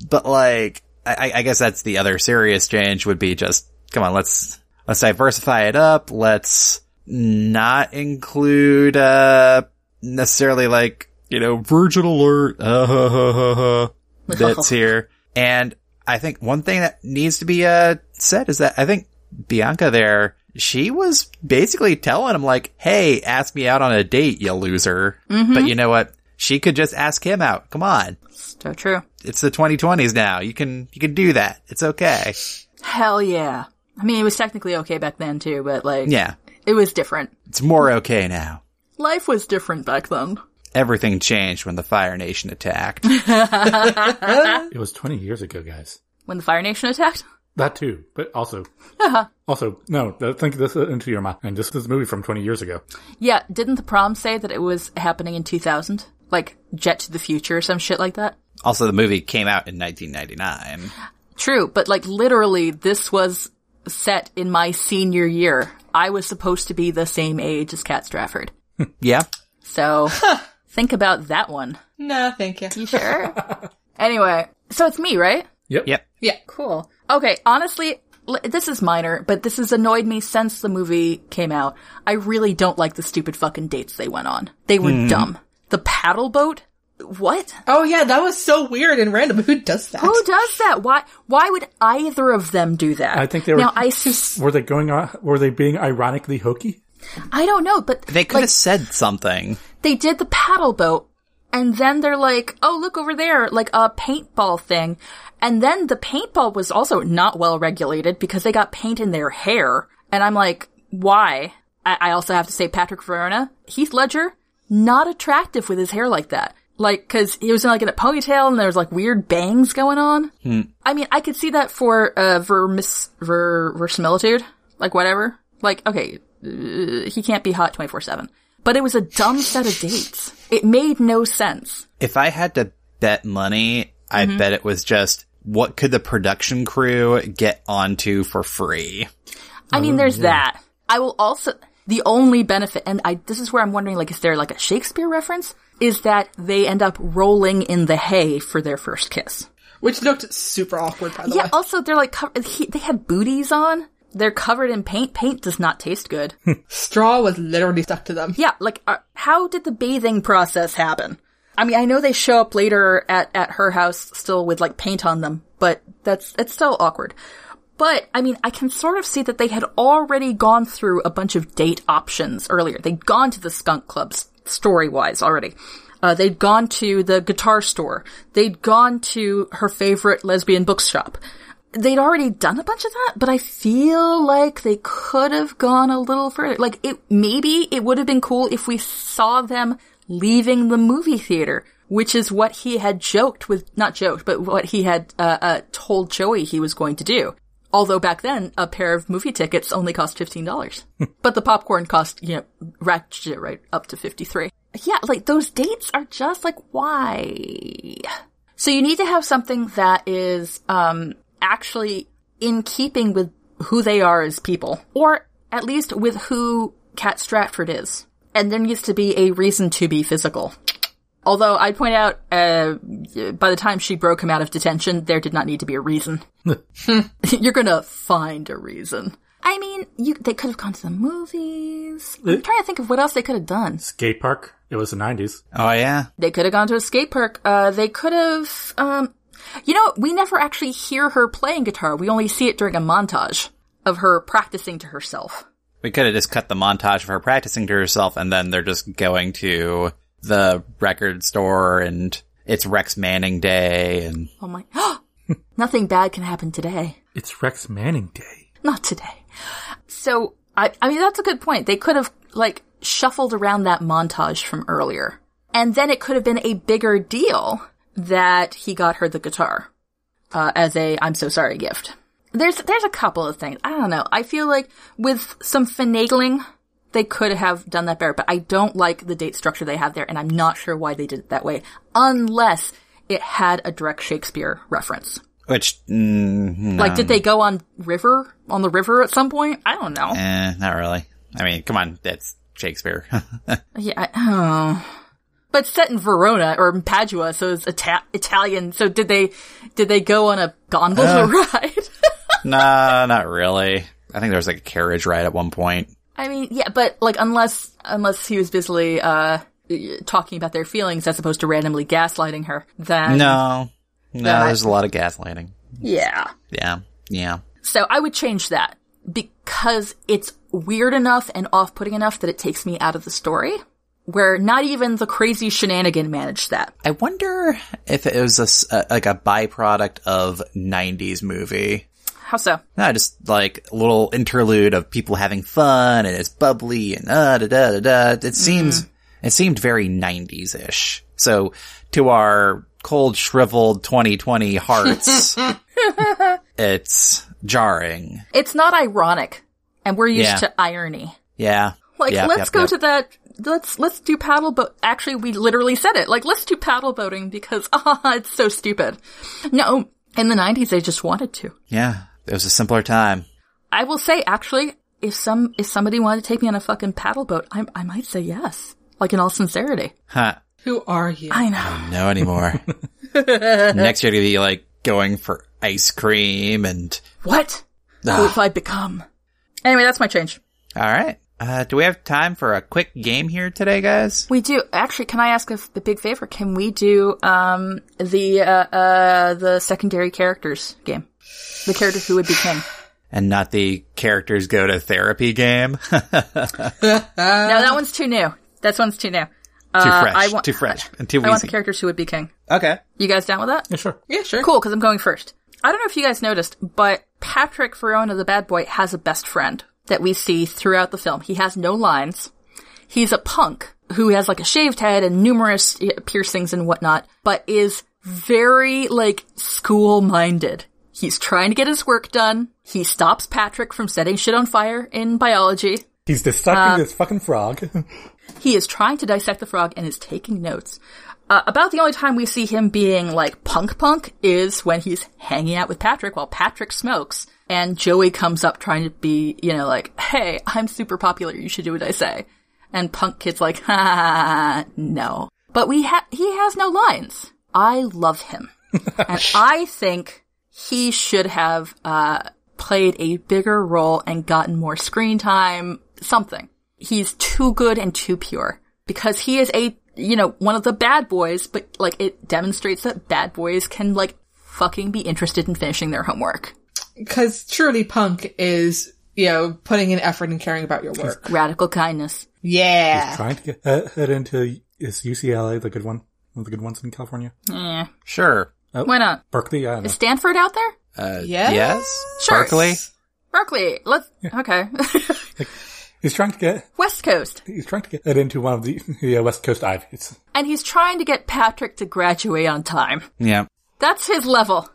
[SPEAKER 1] But like, I, I guess that's the other serious change would be just, come on, let's, let's diversify it up. Let's not include, uh, necessarily like, you know, virgin alert, *laughs* uh, ha, ha, ha, ha, that's here. And I think one thing that needs to be, uh, said is that I think Bianca there, she was basically telling him like, Hey, ask me out on a date, you loser. But you know what? She could just ask him out. Come on
[SPEAKER 4] *laughs* So true.
[SPEAKER 1] it's the 2020s now. You can you can do that. It's okay.
[SPEAKER 4] Hell yeah. I mean, it was technically okay back then too, but like,
[SPEAKER 1] Yeah,
[SPEAKER 4] it was different.
[SPEAKER 1] it's more okay now.
[SPEAKER 4] Life was different back then.
[SPEAKER 1] Everything changed when the Fire Nation attacked.
[SPEAKER 2] It was 20 years ago, guys.
[SPEAKER 4] When the Fire Nation attacked?
[SPEAKER 2] That too, but also,
[SPEAKER 3] Uh-huh.
[SPEAKER 2] also, no, th- think this into your mind. And this is a movie from 20 years ago.
[SPEAKER 4] Yeah, didn't the prom say that it was happening in 2000? Like, Jet to the Future or some shit like that?
[SPEAKER 1] also, the movie came out in 1999.
[SPEAKER 4] True, but like, literally, this was set in my senior year. I was supposed to be the same age as Kat Strafford.
[SPEAKER 1] Yeah, *laughs*
[SPEAKER 4] So, think about that one.
[SPEAKER 3] No, thank you.
[SPEAKER 1] *laughs*
[SPEAKER 4] You sure? anyway, So it's me, right?
[SPEAKER 2] Yep.
[SPEAKER 1] Yep.
[SPEAKER 3] Yeah.
[SPEAKER 4] Cool. Okay, honestly, l- this is minor, but this has annoyed me since the movie came out. I really don't like the stupid fucking dates they went on. They were
[SPEAKER 2] Hmm.
[SPEAKER 4] dumb. The paddle boat? What?
[SPEAKER 3] Oh yeah, that was so weird and random. Who does that?
[SPEAKER 4] Who does that? Why why would either of them do that?
[SPEAKER 2] I think they were-
[SPEAKER 4] Now I sus-
[SPEAKER 2] Were they going on? Were they being ironically hokey?
[SPEAKER 4] I don't know, but
[SPEAKER 1] They could
[SPEAKER 4] like,
[SPEAKER 1] have said something.
[SPEAKER 4] they did the paddle boat and then they're like, oh, look over there, like a paintball thing. And then the paintball was also not well regulated because they got paint in their hair. And I'm like, why? I, I also have to say Patrick Verona, Heath Ledger, not attractive with his hair like that. Like, cause he was in like in a ponytail and there was like weird bangs going on. I mean, I could see that for, uh, vermis, ver, verisimilitude. Like whatever. Like, okay, he can't be hot 24-7. But it was a dumb set of dates. It made no sense.
[SPEAKER 1] If I had to bet money, I bet it was just what could the production crew get onto for free?
[SPEAKER 4] I mean, there's that. I will also, the only benefit, and I, this is where I'm wondering, like, is there like a Shakespeare reference? Is that they end up rolling in the hay for their first kiss.
[SPEAKER 3] Which looked super awkward, by the
[SPEAKER 4] Yeah,
[SPEAKER 3] way.
[SPEAKER 4] also they're like, cover- he, they had booties on. They're covered in paint. Paint does not taste good.
[SPEAKER 3] Straw was literally stuck to them.
[SPEAKER 4] Yeah, like, uh, how did the bathing process happen? I mean, I know they show up later at, at her house still with like paint on them, but that's, it's still awkward. But, I mean, I can sort of see that they had already gone through a bunch of date options earlier. They'd gone to the skunk clubs, story wise, already. Uh, they'd gone to the guitar store. They'd gone to her favorite lesbian bookshop. They'd already done a bunch of that, but I feel like they could have gone a little further. Like it, maybe it would have been cool if we saw them leaving the movie theater, which is what he had joked with, not joked, but what he had, uh, uh, told Joey he was going to do. Although back then, a pair of movie tickets only cost $15. but the popcorn cost, you know, ratchet right up to 53. Yeah, like those dates are just like, why? So you need to have something that is, um, actually in keeping with who they are as people. Or at least with who Kat Stratford is. And there needs to be a reason to be physical. Although I'd point out, uh, by the time she broke him out of detention, there did not need to be a reason *laughs* you're gonna find a reason. I mean, you they could have gone to the movies. I'm trying to think of what else they could have done.
[SPEAKER 2] Skate park. It was the nineties.
[SPEAKER 1] Oh yeah.
[SPEAKER 4] They could have gone to a skate park. Uh, they could have, um, you know, we never actually hear her playing guitar. We only see it during a montage of her practicing to herself.
[SPEAKER 1] We could have just cut the montage of her practicing to herself and then they're just going to the record store and it's Rex Manning Day and
[SPEAKER 4] Oh my, *gasps* nothing bad can happen today.
[SPEAKER 2] It's Rex Manning Day.
[SPEAKER 4] Not today. So, I, I mean, that's a good point. They could have, like, shuffled around that montage from earlier. And then it could have been a bigger deal that he got her the guitar, uh, as a I'm so sorry gift. There's, there's a couple of things. I don't know. I feel like with some finagling, they could have done that better, but I don't like the date structure they have there, and I'm not sure why they did it that way, unless it had a direct Shakespeare reference.
[SPEAKER 1] which mm, no,
[SPEAKER 4] Like, did they go on river on the river at some point? I don't know.
[SPEAKER 1] eh, not really. I mean, come on, that's Shakespeare. *laughs*
[SPEAKER 4] Yeah, I, oh. but set in Verona or Padua, so it's Ita- Italian. So did they did they go on a gondola ride? *laughs*
[SPEAKER 1] nah, not really. I think there was like a carriage ride at one point.
[SPEAKER 4] I mean, yeah, but like unless unless he was busily uh talking about their feelings as opposed to randomly gaslighting her, then
[SPEAKER 1] No. No,
[SPEAKER 4] That-
[SPEAKER 1] there's a lot of gaslighting.
[SPEAKER 4] yeah.
[SPEAKER 1] Yeah. Yeah.
[SPEAKER 4] So I would change that because it's weird enough and off putting enough that it takes me out of the story. Where not even the crazy shenanigan managed that.
[SPEAKER 1] I wonder if it was a s- a, like a byproduct of 90s movie.
[SPEAKER 4] How so?
[SPEAKER 1] No, just like a little interlude of people having fun and it's bubbly and uh, da da da
[SPEAKER 4] Mm-hmm.
[SPEAKER 1] da. It seems, it seemed very 90s ish. So to our cold shriveled 2020
[SPEAKER 4] *laughs*
[SPEAKER 1] hearts, it's jarring.
[SPEAKER 4] It's not ironic, and we're used
[SPEAKER 1] Yeah.
[SPEAKER 4] to irony.
[SPEAKER 1] Yeah.
[SPEAKER 4] Like,
[SPEAKER 1] Yep,
[SPEAKER 4] let's
[SPEAKER 1] yep,
[SPEAKER 4] go
[SPEAKER 1] yep.
[SPEAKER 4] to that. Let's let's do paddle boat. Actually, we literally said it. Like, let's do paddle boating because *laughs* ah, it's so stupid. No, in the '90s, they just wanted to.
[SPEAKER 1] Yeah. It was a simpler time.
[SPEAKER 4] I will say, actually, if some if somebody wanted to take me on a fucking paddle boat, I I might say yes. Like in all sincerity,
[SPEAKER 1] Huh.
[SPEAKER 3] Who are you?
[SPEAKER 4] I know.
[SPEAKER 1] No
[SPEAKER 4] *laughs*
[SPEAKER 1] anymore. Next year, you're gonna be like going for ice cream and
[SPEAKER 4] What?
[SPEAKER 1] Ah.
[SPEAKER 4] Who have I become? Anyway, that's my change.
[SPEAKER 1] all right. Uh, do we have time for a quick game here today, guys?
[SPEAKER 4] We do actually. Can I ask a, f- a big favor? Can we do um the uh, uh the secondary characters game, the character who would be king?
[SPEAKER 1] And not the characters go to therapy game. *laughs* too
[SPEAKER 4] Uh, no, that one's too new. That one's too new. Uh,
[SPEAKER 1] fresh,
[SPEAKER 4] *laughs* I want-
[SPEAKER 1] too fresh, and too
[SPEAKER 4] I want the
[SPEAKER 1] easy.
[SPEAKER 4] characters who would be king.
[SPEAKER 1] okay.
[SPEAKER 4] You guys down with that?
[SPEAKER 2] Yeah, sure.
[SPEAKER 3] yeah, sure.
[SPEAKER 4] Cool, because I'm going first. I don't know if you guys noticed, but Patrick Verona, the bad boy, has a best friend that we see throughout the film. He has no lines. He's a punk who has like a shaved head and numerous uh, piercings and whatnot, but is very like school minded. He's trying to get his work done. He stops Patrick from setting shit on fire in biology.
[SPEAKER 2] He's
[SPEAKER 3] Uh,
[SPEAKER 2] dissecting this fucking frog. *laughs*
[SPEAKER 4] He is trying to dissect the frog and is taking notes. Uh, about the only time we see him being like punk punk is when he's hanging out with Patrick while Patrick smokes and Joey comes up trying to be, you know, like, hey, I'm super popular, you should do what I say. And punk kid's like, ha, ha, ha, no. But we ha- he has no lines. I love him. and I think he should have, uh, played a bigger role and gotten more screen time, something he's too good and too pure because he is a you know one of the bad boys but like it demonstrates that bad boys can like fucking be interested in finishing their homework
[SPEAKER 3] Because truly punk is, you know, putting in effort and caring about your work.
[SPEAKER 4] radical kindness
[SPEAKER 3] Yeah.
[SPEAKER 2] Trying to get uh, head into is UCLA the good one? One of the good ones in California?
[SPEAKER 4] eh,
[SPEAKER 1] Sure.
[SPEAKER 4] why not
[SPEAKER 2] Berkeley? I don't know.
[SPEAKER 4] is stanford out there
[SPEAKER 1] Uh,
[SPEAKER 3] Yes?
[SPEAKER 1] Yes.
[SPEAKER 4] Sure.
[SPEAKER 1] Berkeley.
[SPEAKER 4] berkeley let's okay *laughs*
[SPEAKER 2] He's trying to get
[SPEAKER 4] west coast
[SPEAKER 2] he's trying to get head into one of the *laughs* yeah, West Coast Ivies.
[SPEAKER 4] and he's trying to get patrick to graduate on time
[SPEAKER 1] Yeah.
[SPEAKER 4] that's his level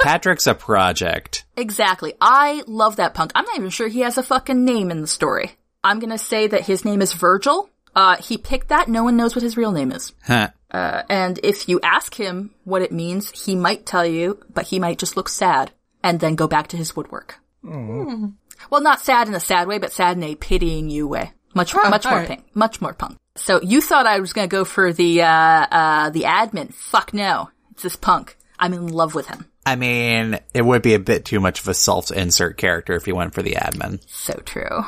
[SPEAKER 1] Patrick's a project.
[SPEAKER 4] Exactly. I love that punk. I'm not even sure he has a fucking name in the story. I'm gonna say that his name is Virgil. Uh, he picked that. No one knows what his real name is.
[SPEAKER 1] Huh.
[SPEAKER 4] Uh, and if you ask him what it means, he might tell you, but he might just look sad and then go back to his woodwork. Well, not sad in a sad way, but sad in a pitying you way. Much,
[SPEAKER 3] Huh,
[SPEAKER 4] much more
[SPEAKER 3] alright.
[SPEAKER 4] punk. Much more punk. So you thought I was gonna go for the, uh, uh, the admin. Fuck no. It's this punk. I'm in love with him.
[SPEAKER 1] I mean, it would be a bit too much of a self insert character if you went for the admin.
[SPEAKER 4] So true.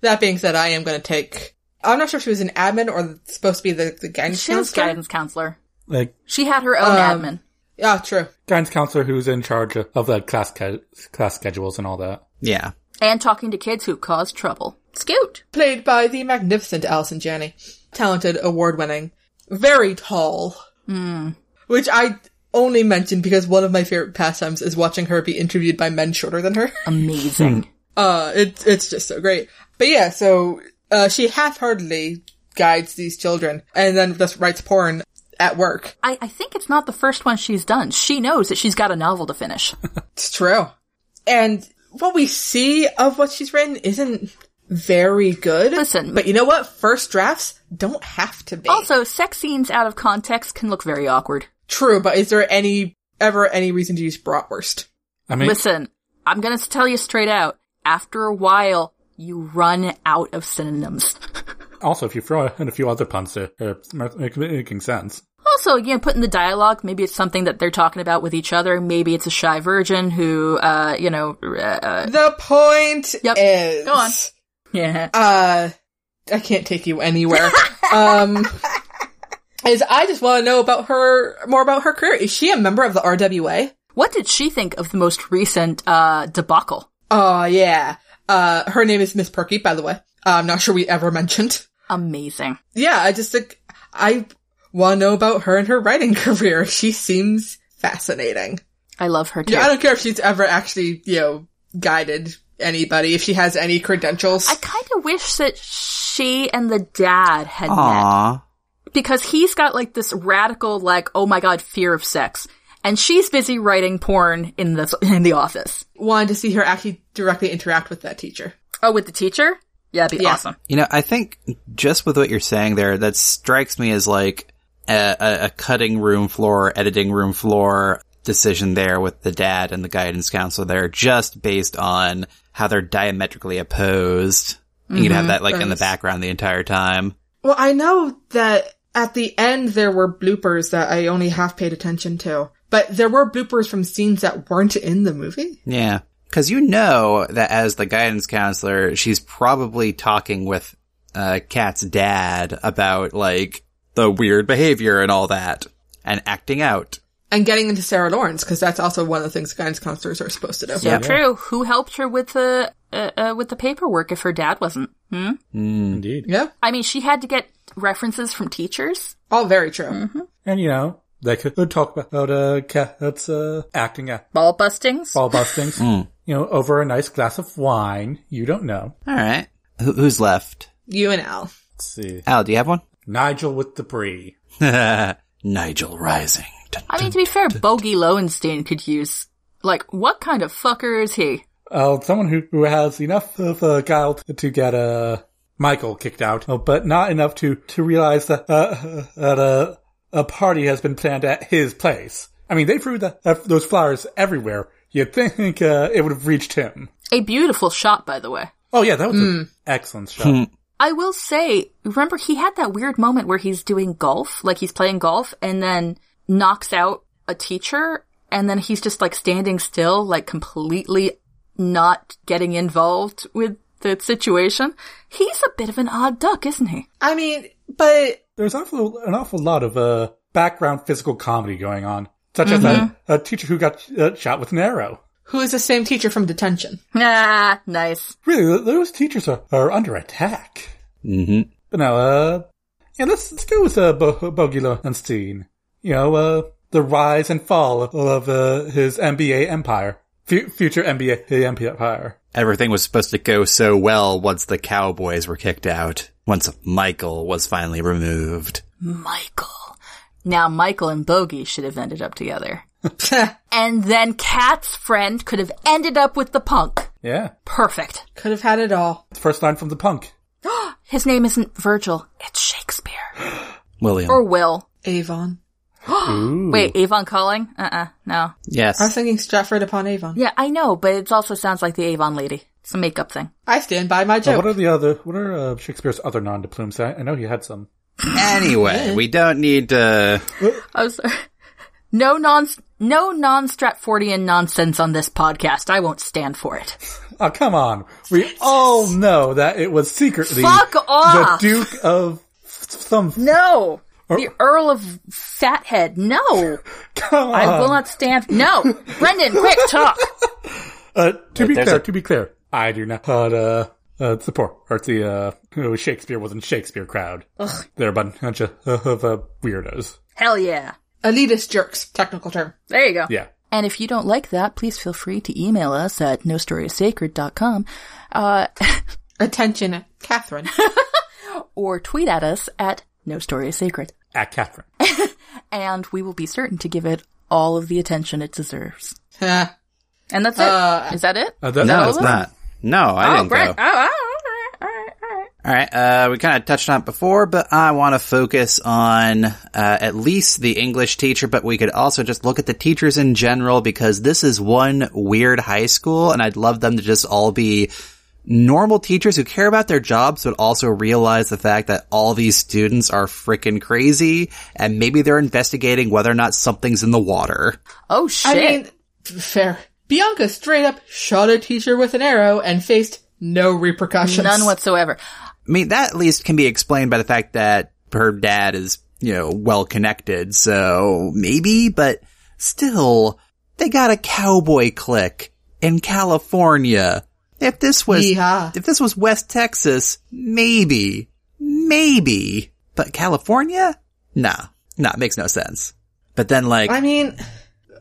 [SPEAKER 3] That being said, I am going to take. I'm not sure if she was an admin or supposed to be the, the guidance
[SPEAKER 4] She was
[SPEAKER 3] counselor.
[SPEAKER 4] guidance counselor.
[SPEAKER 2] Like
[SPEAKER 4] She had her own
[SPEAKER 3] Um,
[SPEAKER 4] admin.
[SPEAKER 3] Yeah, true.
[SPEAKER 2] guidance counselor who's in charge of the class ca- class schedules and all that.
[SPEAKER 1] Yeah.
[SPEAKER 4] And talking to kids who cause trouble. Scoot!
[SPEAKER 3] Played by the magnificent Allison Janney. Talented, award winning, very tall.
[SPEAKER 4] Hmm.
[SPEAKER 3] Which I only mention because one of my favorite pastimes is watching her be interviewed by men shorter than her. *laughs*
[SPEAKER 4] Amazing.
[SPEAKER 3] Uh, it's it's just so great. But yeah, so uh, she half-heartedly guides these children, and then just writes porn at work.
[SPEAKER 4] I, I think it's not the first one she's done. She knows that she's got a novel to finish.
[SPEAKER 3] It's true. And what we see of what she's written isn't very good.
[SPEAKER 4] Listen.
[SPEAKER 3] but you know what? First drafts don't have to be
[SPEAKER 4] also, sex scenes out of context can look very awkward.
[SPEAKER 3] true. But is there any ever any reason to use bratwurst?
[SPEAKER 2] I mean
[SPEAKER 4] Listen, I'm gonna tell you straight out. After a while, you run out of synonyms.
[SPEAKER 2] also if you throw in a few other puns there, it's ma- making sense.
[SPEAKER 4] Also, you know, put in the dialogue, maybe it's something that they're talking about with each other. Maybe it's a shy virgin who, uh, you know, uh,
[SPEAKER 3] The point
[SPEAKER 4] Yep.
[SPEAKER 3] is,
[SPEAKER 4] Go on. yeah.
[SPEAKER 3] uh, I can't take you anywhere.
[SPEAKER 4] *laughs*
[SPEAKER 3] um, is I just want to know about her more about her career. Is she a member of the RWA?
[SPEAKER 4] What did she think of the most recent uh, debacle?
[SPEAKER 3] Oh yeah. Uh, her name is Miss Perky, by the way. Uh, I'm not sure we ever mentioned.
[SPEAKER 4] Amazing.
[SPEAKER 3] Yeah, I just like I want to know about her and her writing *laughs* career. She seems fascinating.
[SPEAKER 4] I love her too.
[SPEAKER 3] Yeah, I don't care if she's ever actually you know guided anybody if she has any credentials.
[SPEAKER 4] I kind of wish that she and the dad had
[SPEAKER 1] Aw.
[SPEAKER 4] met because he's got like this radical, like, oh my god, fear of sex, and she's busy writing porn in the in the office.
[SPEAKER 3] wanted to see her actually directly interact with that teacher.
[SPEAKER 4] Oh, with the teacher? Yeah, that'd be
[SPEAKER 3] Yeah.
[SPEAKER 4] awesome.
[SPEAKER 1] You know, I think just with what you're saying there, that strikes me as like a, a, a cutting room floor, editing room floor decision there with the dad and the guidance counselor there, just based on how they're diametrically opposed. You can have that like in the
[SPEAKER 3] Nice.
[SPEAKER 1] background the entire time.
[SPEAKER 3] Well, I know that at the end there were bloopers that I only half paid attention to, but there were bloopers from scenes that weren't in the movie.
[SPEAKER 1] Yeah. Cause you know that as the guidance counselor, she's probably talking with, uh, Kat's dad about like the weird behavior and all that and acting out.
[SPEAKER 3] And getting into Sarah Lawrence, because that's also one of the things guidance counselors are supposed to do.
[SPEAKER 4] So true. Who helped her with the uh, uh, with the paperwork if her dad wasn't? Hmm?
[SPEAKER 2] Indeed.
[SPEAKER 3] Yeah.
[SPEAKER 4] I mean, she had to get references from teachers.
[SPEAKER 3] All very true.
[SPEAKER 2] And you know, they could talk about uh, Kat's uh, acting at
[SPEAKER 4] Ball bustings.
[SPEAKER 2] ball *laughs* bustings. You know, over a nice glass of wine. You don't know.
[SPEAKER 1] All right. Who- who's left?
[SPEAKER 3] You and Al.
[SPEAKER 2] Let's see.
[SPEAKER 1] Al, do you have one? *laughs*
[SPEAKER 2] Nigel with the brie.
[SPEAKER 1] Nigel Rising. Dun-
[SPEAKER 4] I mean, to
[SPEAKER 3] *laughs*
[SPEAKER 4] be fair, Bogey Lowenstein could use. Like, what kind of fucker is he?
[SPEAKER 2] Uh, someone who, who has enough of a guile to get uh, Michael kicked out, uh, but not enough to, to realize that, uh, that uh, a party has been planned at his place. I mean, they threw the, uh, those flowers everywhere. You'd think uh, it would have reached him.
[SPEAKER 4] A beautiful shot, by the way.
[SPEAKER 2] Oh, yeah, that was an excellent shot.
[SPEAKER 4] I will say, remember he had that weird moment where he's doing golf, like he's playing golf and then knocks out a teacher and then he's just like standing still, like completely not getting involved with the situation. He's a bit of an odd duck, isn't he? *laughs*
[SPEAKER 3] I mean, but
[SPEAKER 2] There's awful, an awful lot of uh, background physical comedy going on, such as a, a teacher who got uh, shot with an arrow.
[SPEAKER 3] who is the same teacher from detention? *laughs*
[SPEAKER 4] Ah, nice.
[SPEAKER 2] Really, th- those teachers are, are under attack.
[SPEAKER 1] Mhm.
[SPEAKER 2] But no, uh, yeah, let's, let's go with uh, Bo- Bogey Lowenstein. You know, uh, the rise and fall of, of uh, his NBA empire, Fu future NBA empire.
[SPEAKER 1] Everything was supposed to go so well once the Cowboys were kicked out. Once Michael was finally removed.
[SPEAKER 4] Michael. Now Michael and Bogey should have ended up together. and then Kat's friend could have ended up with the punk.
[SPEAKER 2] Yeah,
[SPEAKER 4] Perfect.
[SPEAKER 3] Could have had it all.
[SPEAKER 2] first line from the punk.
[SPEAKER 4] His name isn't Virgil, it's Shakespeare.
[SPEAKER 1] William.
[SPEAKER 4] Or Will.
[SPEAKER 3] Avon.
[SPEAKER 4] Wait, Avon calling? Uh uh no.
[SPEAKER 1] yes.
[SPEAKER 3] I was thinking Stratford upon Avon.
[SPEAKER 4] Yeah, I know, but it also sounds like the Avon lady. It's a makeup *laughs* thing.
[SPEAKER 3] I stand by my
[SPEAKER 2] But what
[SPEAKER 3] joke.
[SPEAKER 2] are the other? What are uh, Shakespeare's other non-deplumes? I, I know he had some.
[SPEAKER 1] anyway, we don't need to.
[SPEAKER 4] I'm Oh, sorry. No non, no non Stratfordian nonsense on this podcast. I won't stand for it.
[SPEAKER 2] Oh, come on. We all know that it was secretly
[SPEAKER 4] Fuck
[SPEAKER 2] the
[SPEAKER 4] off.
[SPEAKER 2] Duke of some.
[SPEAKER 4] No, the Earl of Fathead. No,
[SPEAKER 2] Come on.
[SPEAKER 4] I will not stand. No, Brendan, quick talk.
[SPEAKER 2] Uh, to be
[SPEAKER 1] there's
[SPEAKER 2] clear,
[SPEAKER 1] a-
[SPEAKER 2] to be clear, I do not uh, uh, support or it's the uh, oh, Shakespeare wasn't Shakespeare crowd. They're a bunch of, of uh, weirdos.
[SPEAKER 4] *laughs* Hell yeah.
[SPEAKER 3] Elitist jerks, technical term.
[SPEAKER 4] There you go.
[SPEAKER 2] Yeah.
[SPEAKER 4] And if you don't like that, please feel free to email us at nostoryissacred.com uh, *laughs*
[SPEAKER 3] Attention, Catherine.
[SPEAKER 4] or tweet at us at nostoryissacred.
[SPEAKER 2] At Catherine.
[SPEAKER 4] And we will be certain to give it all of the attention it deserves.
[SPEAKER 3] Huh.
[SPEAKER 4] And that's
[SPEAKER 3] Uh,
[SPEAKER 4] it. Is that it?
[SPEAKER 2] Uh, that-
[SPEAKER 1] No,
[SPEAKER 2] that
[SPEAKER 1] it's
[SPEAKER 2] was-
[SPEAKER 1] not. No, I
[SPEAKER 4] oh,
[SPEAKER 1] didn't
[SPEAKER 4] Brent.
[SPEAKER 1] go.
[SPEAKER 4] Oh, all right, all right, all right.
[SPEAKER 1] All right, uh, we kind of touched on it before, but I want to focus on uh, at least the English teacher, but we could also just look at the teachers in general because this is one weird high school, and I'd love them to just all be normal teachers who care about their jobs, but also realize the fact that all these students are freaking crazy, and maybe they're investigating whether or not something's in the water.
[SPEAKER 4] Oh, shit.
[SPEAKER 3] I mean, fair. Bianca straight up shot a teacher with an arrow and faced no repercussions.
[SPEAKER 4] None whatsoever.
[SPEAKER 1] I mean, that at least can be explained by the fact that her dad is, you know, well connected, so maybe, but still, they got a cowboy clique in California. If this was,
[SPEAKER 3] Yeehaw.
[SPEAKER 1] if this was West Texas, maybe, maybe, but California? Nah, nah, it makes no sense. But then like,
[SPEAKER 3] I mean,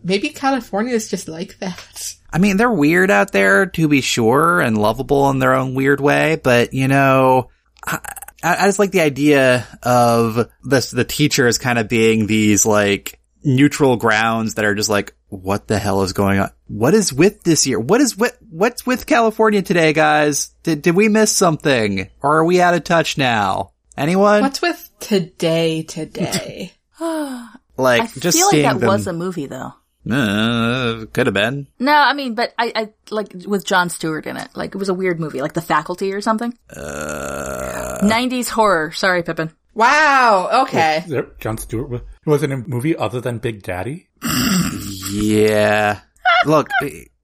[SPEAKER 3] maybe California's just like that.
[SPEAKER 1] I mean, they're weird out there to be sure and lovable in their own weird way, but you know, I, I just like the idea of this, the teacher as kind of being these like neutral grounds that are just like, what the hell is going on? What is with this year? What is with, what's with California today, guys? Did, did we miss something? Or are we out of touch now? Anyone?
[SPEAKER 3] What's with today today?
[SPEAKER 1] Like,
[SPEAKER 4] I
[SPEAKER 1] just
[SPEAKER 4] feel like
[SPEAKER 1] seeing
[SPEAKER 4] that
[SPEAKER 1] them.
[SPEAKER 4] was a movie, though.
[SPEAKER 1] Uh, could have been.
[SPEAKER 4] No, I mean, but I, I like with John Stewart in it. Like it was a weird movie, like The Faculty or something. Nineties horror. Sorry, Pippin.
[SPEAKER 3] Wow. Okay.
[SPEAKER 2] There- John Stewart was, was in a movie other than Big Daddy.
[SPEAKER 1] Yeah. Look,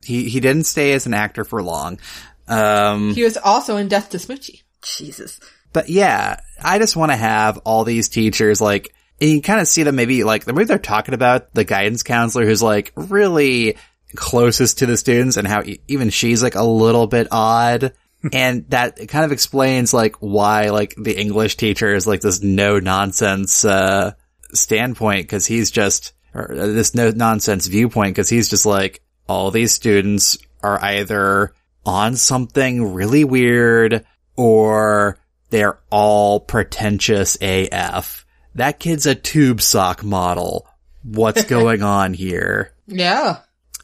[SPEAKER 1] he he didn't stay as an actor for long. Um,
[SPEAKER 3] He was also in Death to Smoochie.
[SPEAKER 4] Jesus.
[SPEAKER 1] but yeah, I just want to have all these teachers like. And you kind of see them maybe like the way they're talking about the guidance counselor who's like really closest to the students and how e- even she's like a little bit odd. and that kind of explains like why like the English teacher is like this no nonsense, uh, standpoint because he's just or uh, this no nonsense viewpoint because he's just like all these students are either on something really weird or they're all pretentious AF. That kid's a tube sock model. What's going on here?
[SPEAKER 3] Yeah.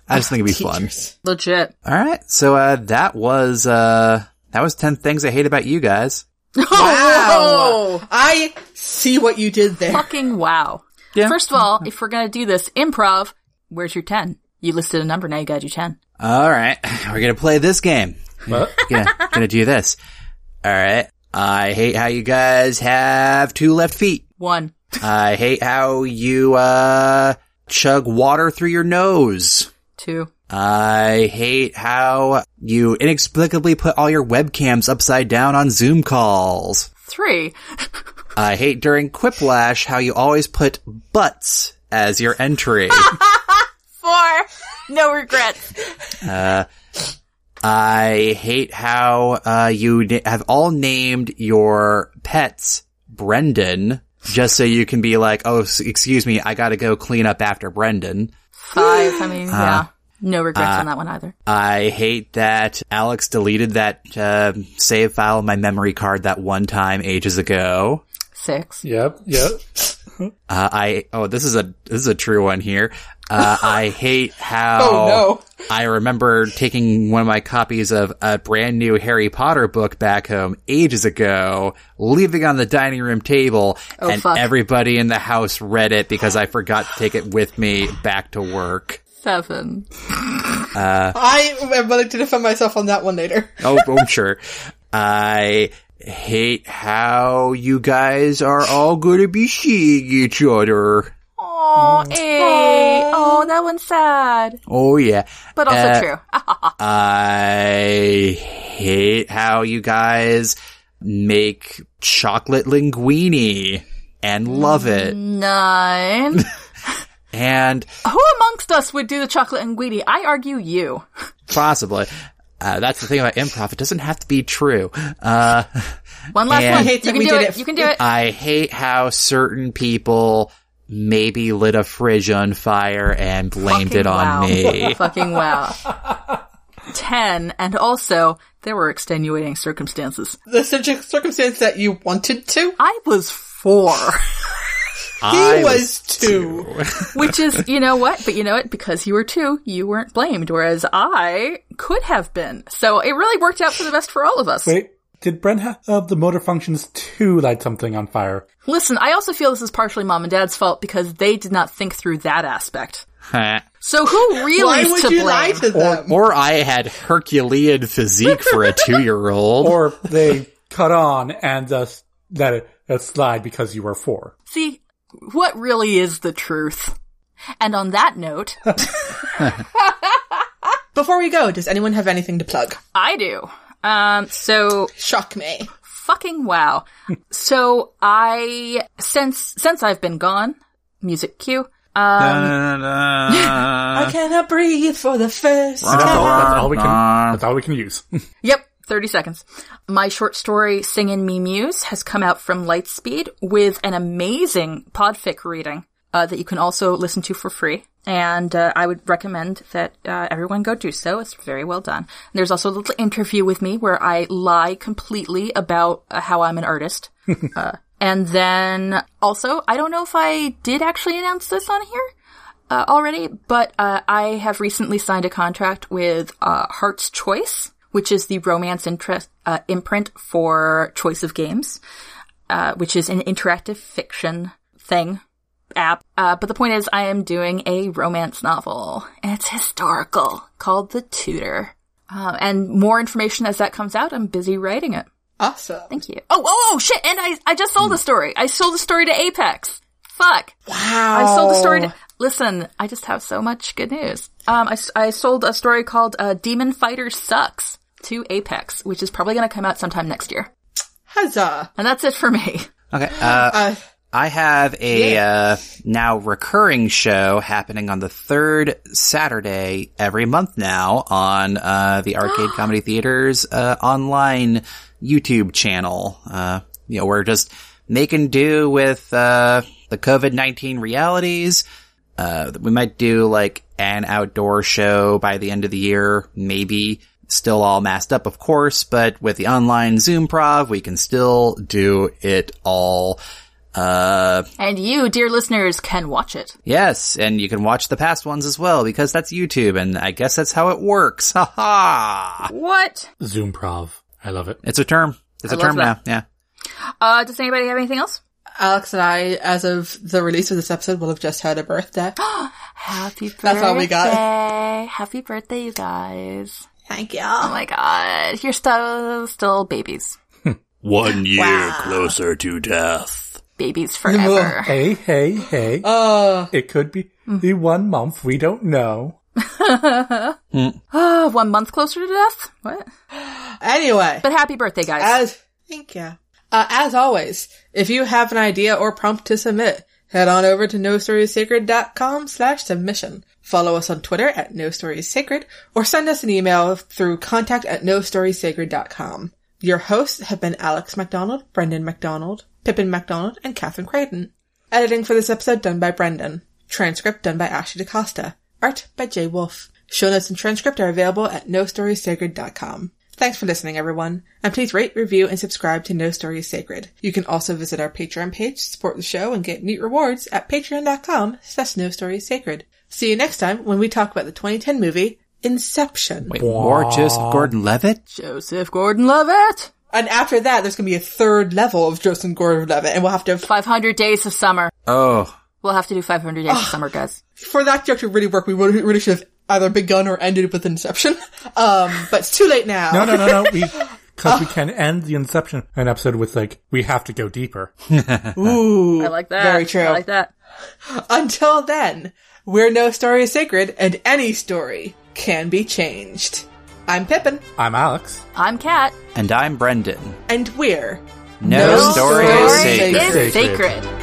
[SPEAKER 1] I just think it'd be fun.
[SPEAKER 3] Teachers.
[SPEAKER 4] Legit. *laughs*
[SPEAKER 1] All right, so uh, that was uh, that was ten things I hate about you guys.
[SPEAKER 3] Wow.
[SPEAKER 4] Whoa.
[SPEAKER 3] I see what you did there.
[SPEAKER 4] *laughs* Fucking wow.
[SPEAKER 1] Yeah.
[SPEAKER 4] First of all, if we're gonna do this improv, where's your ten? You listed a number, now you gotta do ten.
[SPEAKER 1] All right, *laughs* we're gonna play this game.
[SPEAKER 2] But
[SPEAKER 1] gonna, gonna do this. All right. I hate how you guys have two left feet.
[SPEAKER 4] One.
[SPEAKER 1] I hate how you, uh, chug water through your nose.
[SPEAKER 4] Two.
[SPEAKER 1] I hate how you inexplicably put all your webcams upside down on Zoom calls.
[SPEAKER 4] Three.
[SPEAKER 1] I hate during Quiplash how you always put butts as your entry.
[SPEAKER 4] Four. No regrets.
[SPEAKER 1] I hate how uh, you na- have all named your pets Brendan just so you can be like, oh, s- excuse me, I gotta go clean up after Brendan.
[SPEAKER 4] Five. I mean,
[SPEAKER 1] Uh-huh.
[SPEAKER 4] yeah. No regrets on that one either.
[SPEAKER 1] I hate that Alex deleted that uh, save file on my memory card that one time ages ago.
[SPEAKER 4] Six.
[SPEAKER 2] yep, yep.
[SPEAKER 1] Uh, I oh, this is a this is a true one here.
[SPEAKER 3] *laughs*
[SPEAKER 1] Uh, I hate how
[SPEAKER 3] Oh, no.
[SPEAKER 1] I remember taking one of my copies of a brand new Harry Potter book back home ages ago, leaving it on the dining room table,
[SPEAKER 3] Oh,
[SPEAKER 1] and
[SPEAKER 4] fuck.
[SPEAKER 1] everybody in the house read it because I forgot to take it with me back to work.
[SPEAKER 4] Seven.
[SPEAKER 3] I am willing to defend myself on that one later.
[SPEAKER 1] Oh, I'm sure. I hate how you guys are all going to be seeing each other.
[SPEAKER 4] Oh,
[SPEAKER 1] Mm.
[SPEAKER 4] eight. Oh, that one's sad,
[SPEAKER 1] Oh yeah,
[SPEAKER 4] but also
[SPEAKER 1] Uh,
[SPEAKER 4] true. Ah,
[SPEAKER 1] I hate how you guys make chocolate linguine and love
[SPEAKER 4] Mm.
[SPEAKER 1] it. *laughs*
[SPEAKER 4] Nine.
[SPEAKER 1] And
[SPEAKER 4] Who amongst us would do the chocolate and Guidi? I argue you.
[SPEAKER 1] possibly, uh, that's the thing about improv. It doesn't have to be true. Uh, *laughs*
[SPEAKER 4] One last
[SPEAKER 1] And-
[SPEAKER 4] one.
[SPEAKER 1] I
[SPEAKER 3] hate
[SPEAKER 4] you
[SPEAKER 3] that
[SPEAKER 4] can
[SPEAKER 3] we
[SPEAKER 4] do
[SPEAKER 3] did
[SPEAKER 4] it.
[SPEAKER 3] it.
[SPEAKER 4] You can do it.
[SPEAKER 1] I hate how certain people maybe lit a fridge on fire and blamed
[SPEAKER 4] Fucking
[SPEAKER 1] it on
[SPEAKER 4] wow. *laughs*
[SPEAKER 1] me. *laughs*
[SPEAKER 4] Fucking wow. Ten, and also there were extenuating circumstances.
[SPEAKER 3] The cir- circumstance that you wanted to,
[SPEAKER 4] I was four,
[SPEAKER 3] he
[SPEAKER 1] I
[SPEAKER 3] was,
[SPEAKER 1] was
[SPEAKER 3] two.
[SPEAKER 4] which is, you know what? But you know what? Because you were two, you weren't blamed, whereas I could have been. So it really worked out for the best for all of us.
[SPEAKER 2] Wait, did Brent have the motor functions to light something on fire?
[SPEAKER 4] Listen, I also feel this is partially mom and dad's fault because they did not think through that aspect. So who really
[SPEAKER 3] Why
[SPEAKER 4] is
[SPEAKER 3] would
[SPEAKER 4] to
[SPEAKER 3] you
[SPEAKER 4] blame?
[SPEAKER 3] lie to
[SPEAKER 1] *laughs*
[SPEAKER 3] them?
[SPEAKER 1] or I had Herculean physique for a two-year-old.
[SPEAKER 4] *laughs*
[SPEAKER 2] Or they cut on and just let it let slide because you were four.
[SPEAKER 4] See, what really is the truth? And on that note,
[SPEAKER 3] Before we go, does anyone have anything to plug?
[SPEAKER 4] I do. Um, so
[SPEAKER 3] Shock me.
[SPEAKER 4] fucking wow. so I, since, since I've been gone, music cue, uh, Um,
[SPEAKER 1] Da-da-da.
[SPEAKER 3] I cannot breathe for the first
[SPEAKER 2] That's
[SPEAKER 3] time.
[SPEAKER 2] all, that's all we can.
[SPEAKER 1] Uh.
[SPEAKER 2] That's all we can use. *laughs*
[SPEAKER 4] Yep, 30 seconds. My short story, Sing in Me Muse, has come out from Lightspeed with an amazing podfic reading uh, that you can also listen to for free. And uh, I would recommend that uh, everyone go do so. It's very well done. And there's also a little interview with me where I lie completely about uh, how I'm an artist. uh, and then also, I don't know if I did actually announce this on here uh, already, but uh, I have recently signed a contract with uh, Heart's Choice, which is the romance interest uh, imprint for Choice of Games, uh, which is an interactive fiction thing app. Uh, but the point is, I am doing a romance novel, and it's historical, called The Tutor. Uh, and more information as that comes out. I'm busy writing it.
[SPEAKER 3] Awesome.
[SPEAKER 4] Thank you. Oh, oh, oh, shit! And I, I just sold the story. I sold the story to Apex. Fuck.
[SPEAKER 3] Wow.
[SPEAKER 4] I sold the story to, listen, I just have so much good news. Um, I, s- I sold a story called, uh, Demon Fighter Sucks to Apex, which is probably gonna come out sometime next year.
[SPEAKER 3] Huzzah.
[SPEAKER 4] And that's it for me.
[SPEAKER 1] *laughs*
[SPEAKER 4] *laughs*
[SPEAKER 1] Okay. Uh,
[SPEAKER 3] Uh,
[SPEAKER 1] I have a uh, now recurring show happening on the third Saturday every month now on uh, the Arcade Comedy Theater's uh, online YouTube channel. Uh, you know, we're just making do with uh, the COVID nineteen realities. Uh, we might do like an outdoor show by the end of the year, maybe. Still all masked up, of course, but with the online Zoom prov, we can still do it all. Uh,
[SPEAKER 4] And you, dear listeners, can watch it.
[SPEAKER 1] yes, and you can watch the past ones as well because that's YouTube, and I guess that's how it works. *laughs* Ha ha!
[SPEAKER 4] What?
[SPEAKER 2] Zoom prov. I love it.
[SPEAKER 1] It's a term. It's a
[SPEAKER 4] love
[SPEAKER 1] term
[SPEAKER 4] that.
[SPEAKER 1] now. Yeah.
[SPEAKER 4] Uh, does anybody have anything else?
[SPEAKER 3] Alex and I, as of the release of this episode, will have just had a
[SPEAKER 4] *gasps*
[SPEAKER 3] birthday.
[SPEAKER 4] Happy birthday.
[SPEAKER 3] That's all we got.
[SPEAKER 4] Happy birthday, you guys.
[SPEAKER 3] Thank
[SPEAKER 4] Oh
[SPEAKER 3] you.
[SPEAKER 4] my god. You're still, still babies.
[SPEAKER 5] One year closer to death.
[SPEAKER 4] Babies *laughs* forever.
[SPEAKER 2] Hey, hey, hey.
[SPEAKER 3] Uh,
[SPEAKER 2] it could be the one month. We don't know.
[SPEAKER 4] Ah, one month closer to death? What?
[SPEAKER 3] anyway,
[SPEAKER 4] But happy birthday, guys.
[SPEAKER 3] as, thank you. Uh, as always, if you have an idea or prompt to submit, head on over to nostoriesacred.com slash submission. Follow us on Twitter at nostoriessacred or send us an email through contact at nostoriesacred.com. Your hosts have been Alex MacDonald, Brendan MacDonald, Pippin MacDonald, and Catherine Creighton. Editing for this episode done by Brendan. Transcript done by Ashley DaCosta. Art by Jay Wolf. Show notes and transcript are available at nostoriesacred.com. Thanks for listening, everyone. And please rate, review, and subscribe to No Story is Sacred. You can also visit our Patreon page, support the show, and get neat rewards at patreon.com slash No Story is Sacred. See you next time when we talk about the 2010 movie Inception.
[SPEAKER 1] Wait, gorgeous Gordon Levitt.
[SPEAKER 4] Joseph Gordon Levitt!
[SPEAKER 3] And after that, there's going to be a third level of Joseph Gordon-Levitt, and we'll have to
[SPEAKER 4] 500 days of summer.
[SPEAKER 1] Oh,
[SPEAKER 4] We'll have to do 500 days of summer, guys.
[SPEAKER 3] for that joke to really work, we really, really should have either begun or ended with Inception. *laughs* Um, but it's too late now.
[SPEAKER 2] No, no, no, no. We, cause we can end the Inception an episode with like, we have to go deeper.
[SPEAKER 4] I like that.
[SPEAKER 3] Very true.
[SPEAKER 4] I like that.
[SPEAKER 3] Until then, where no story is sacred and any story can be changed. I'm Pippin,
[SPEAKER 2] I'm Alex.
[SPEAKER 4] I'm Kat.
[SPEAKER 1] and I'm Brendan.
[SPEAKER 3] and we're
[SPEAKER 1] No, story, is
[SPEAKER 4] Story
[SPEAKER 1] sacred.
[SPEAKER 4] is
[SPEAKER 2] Sacred.
[SPEAKER 4] sacred.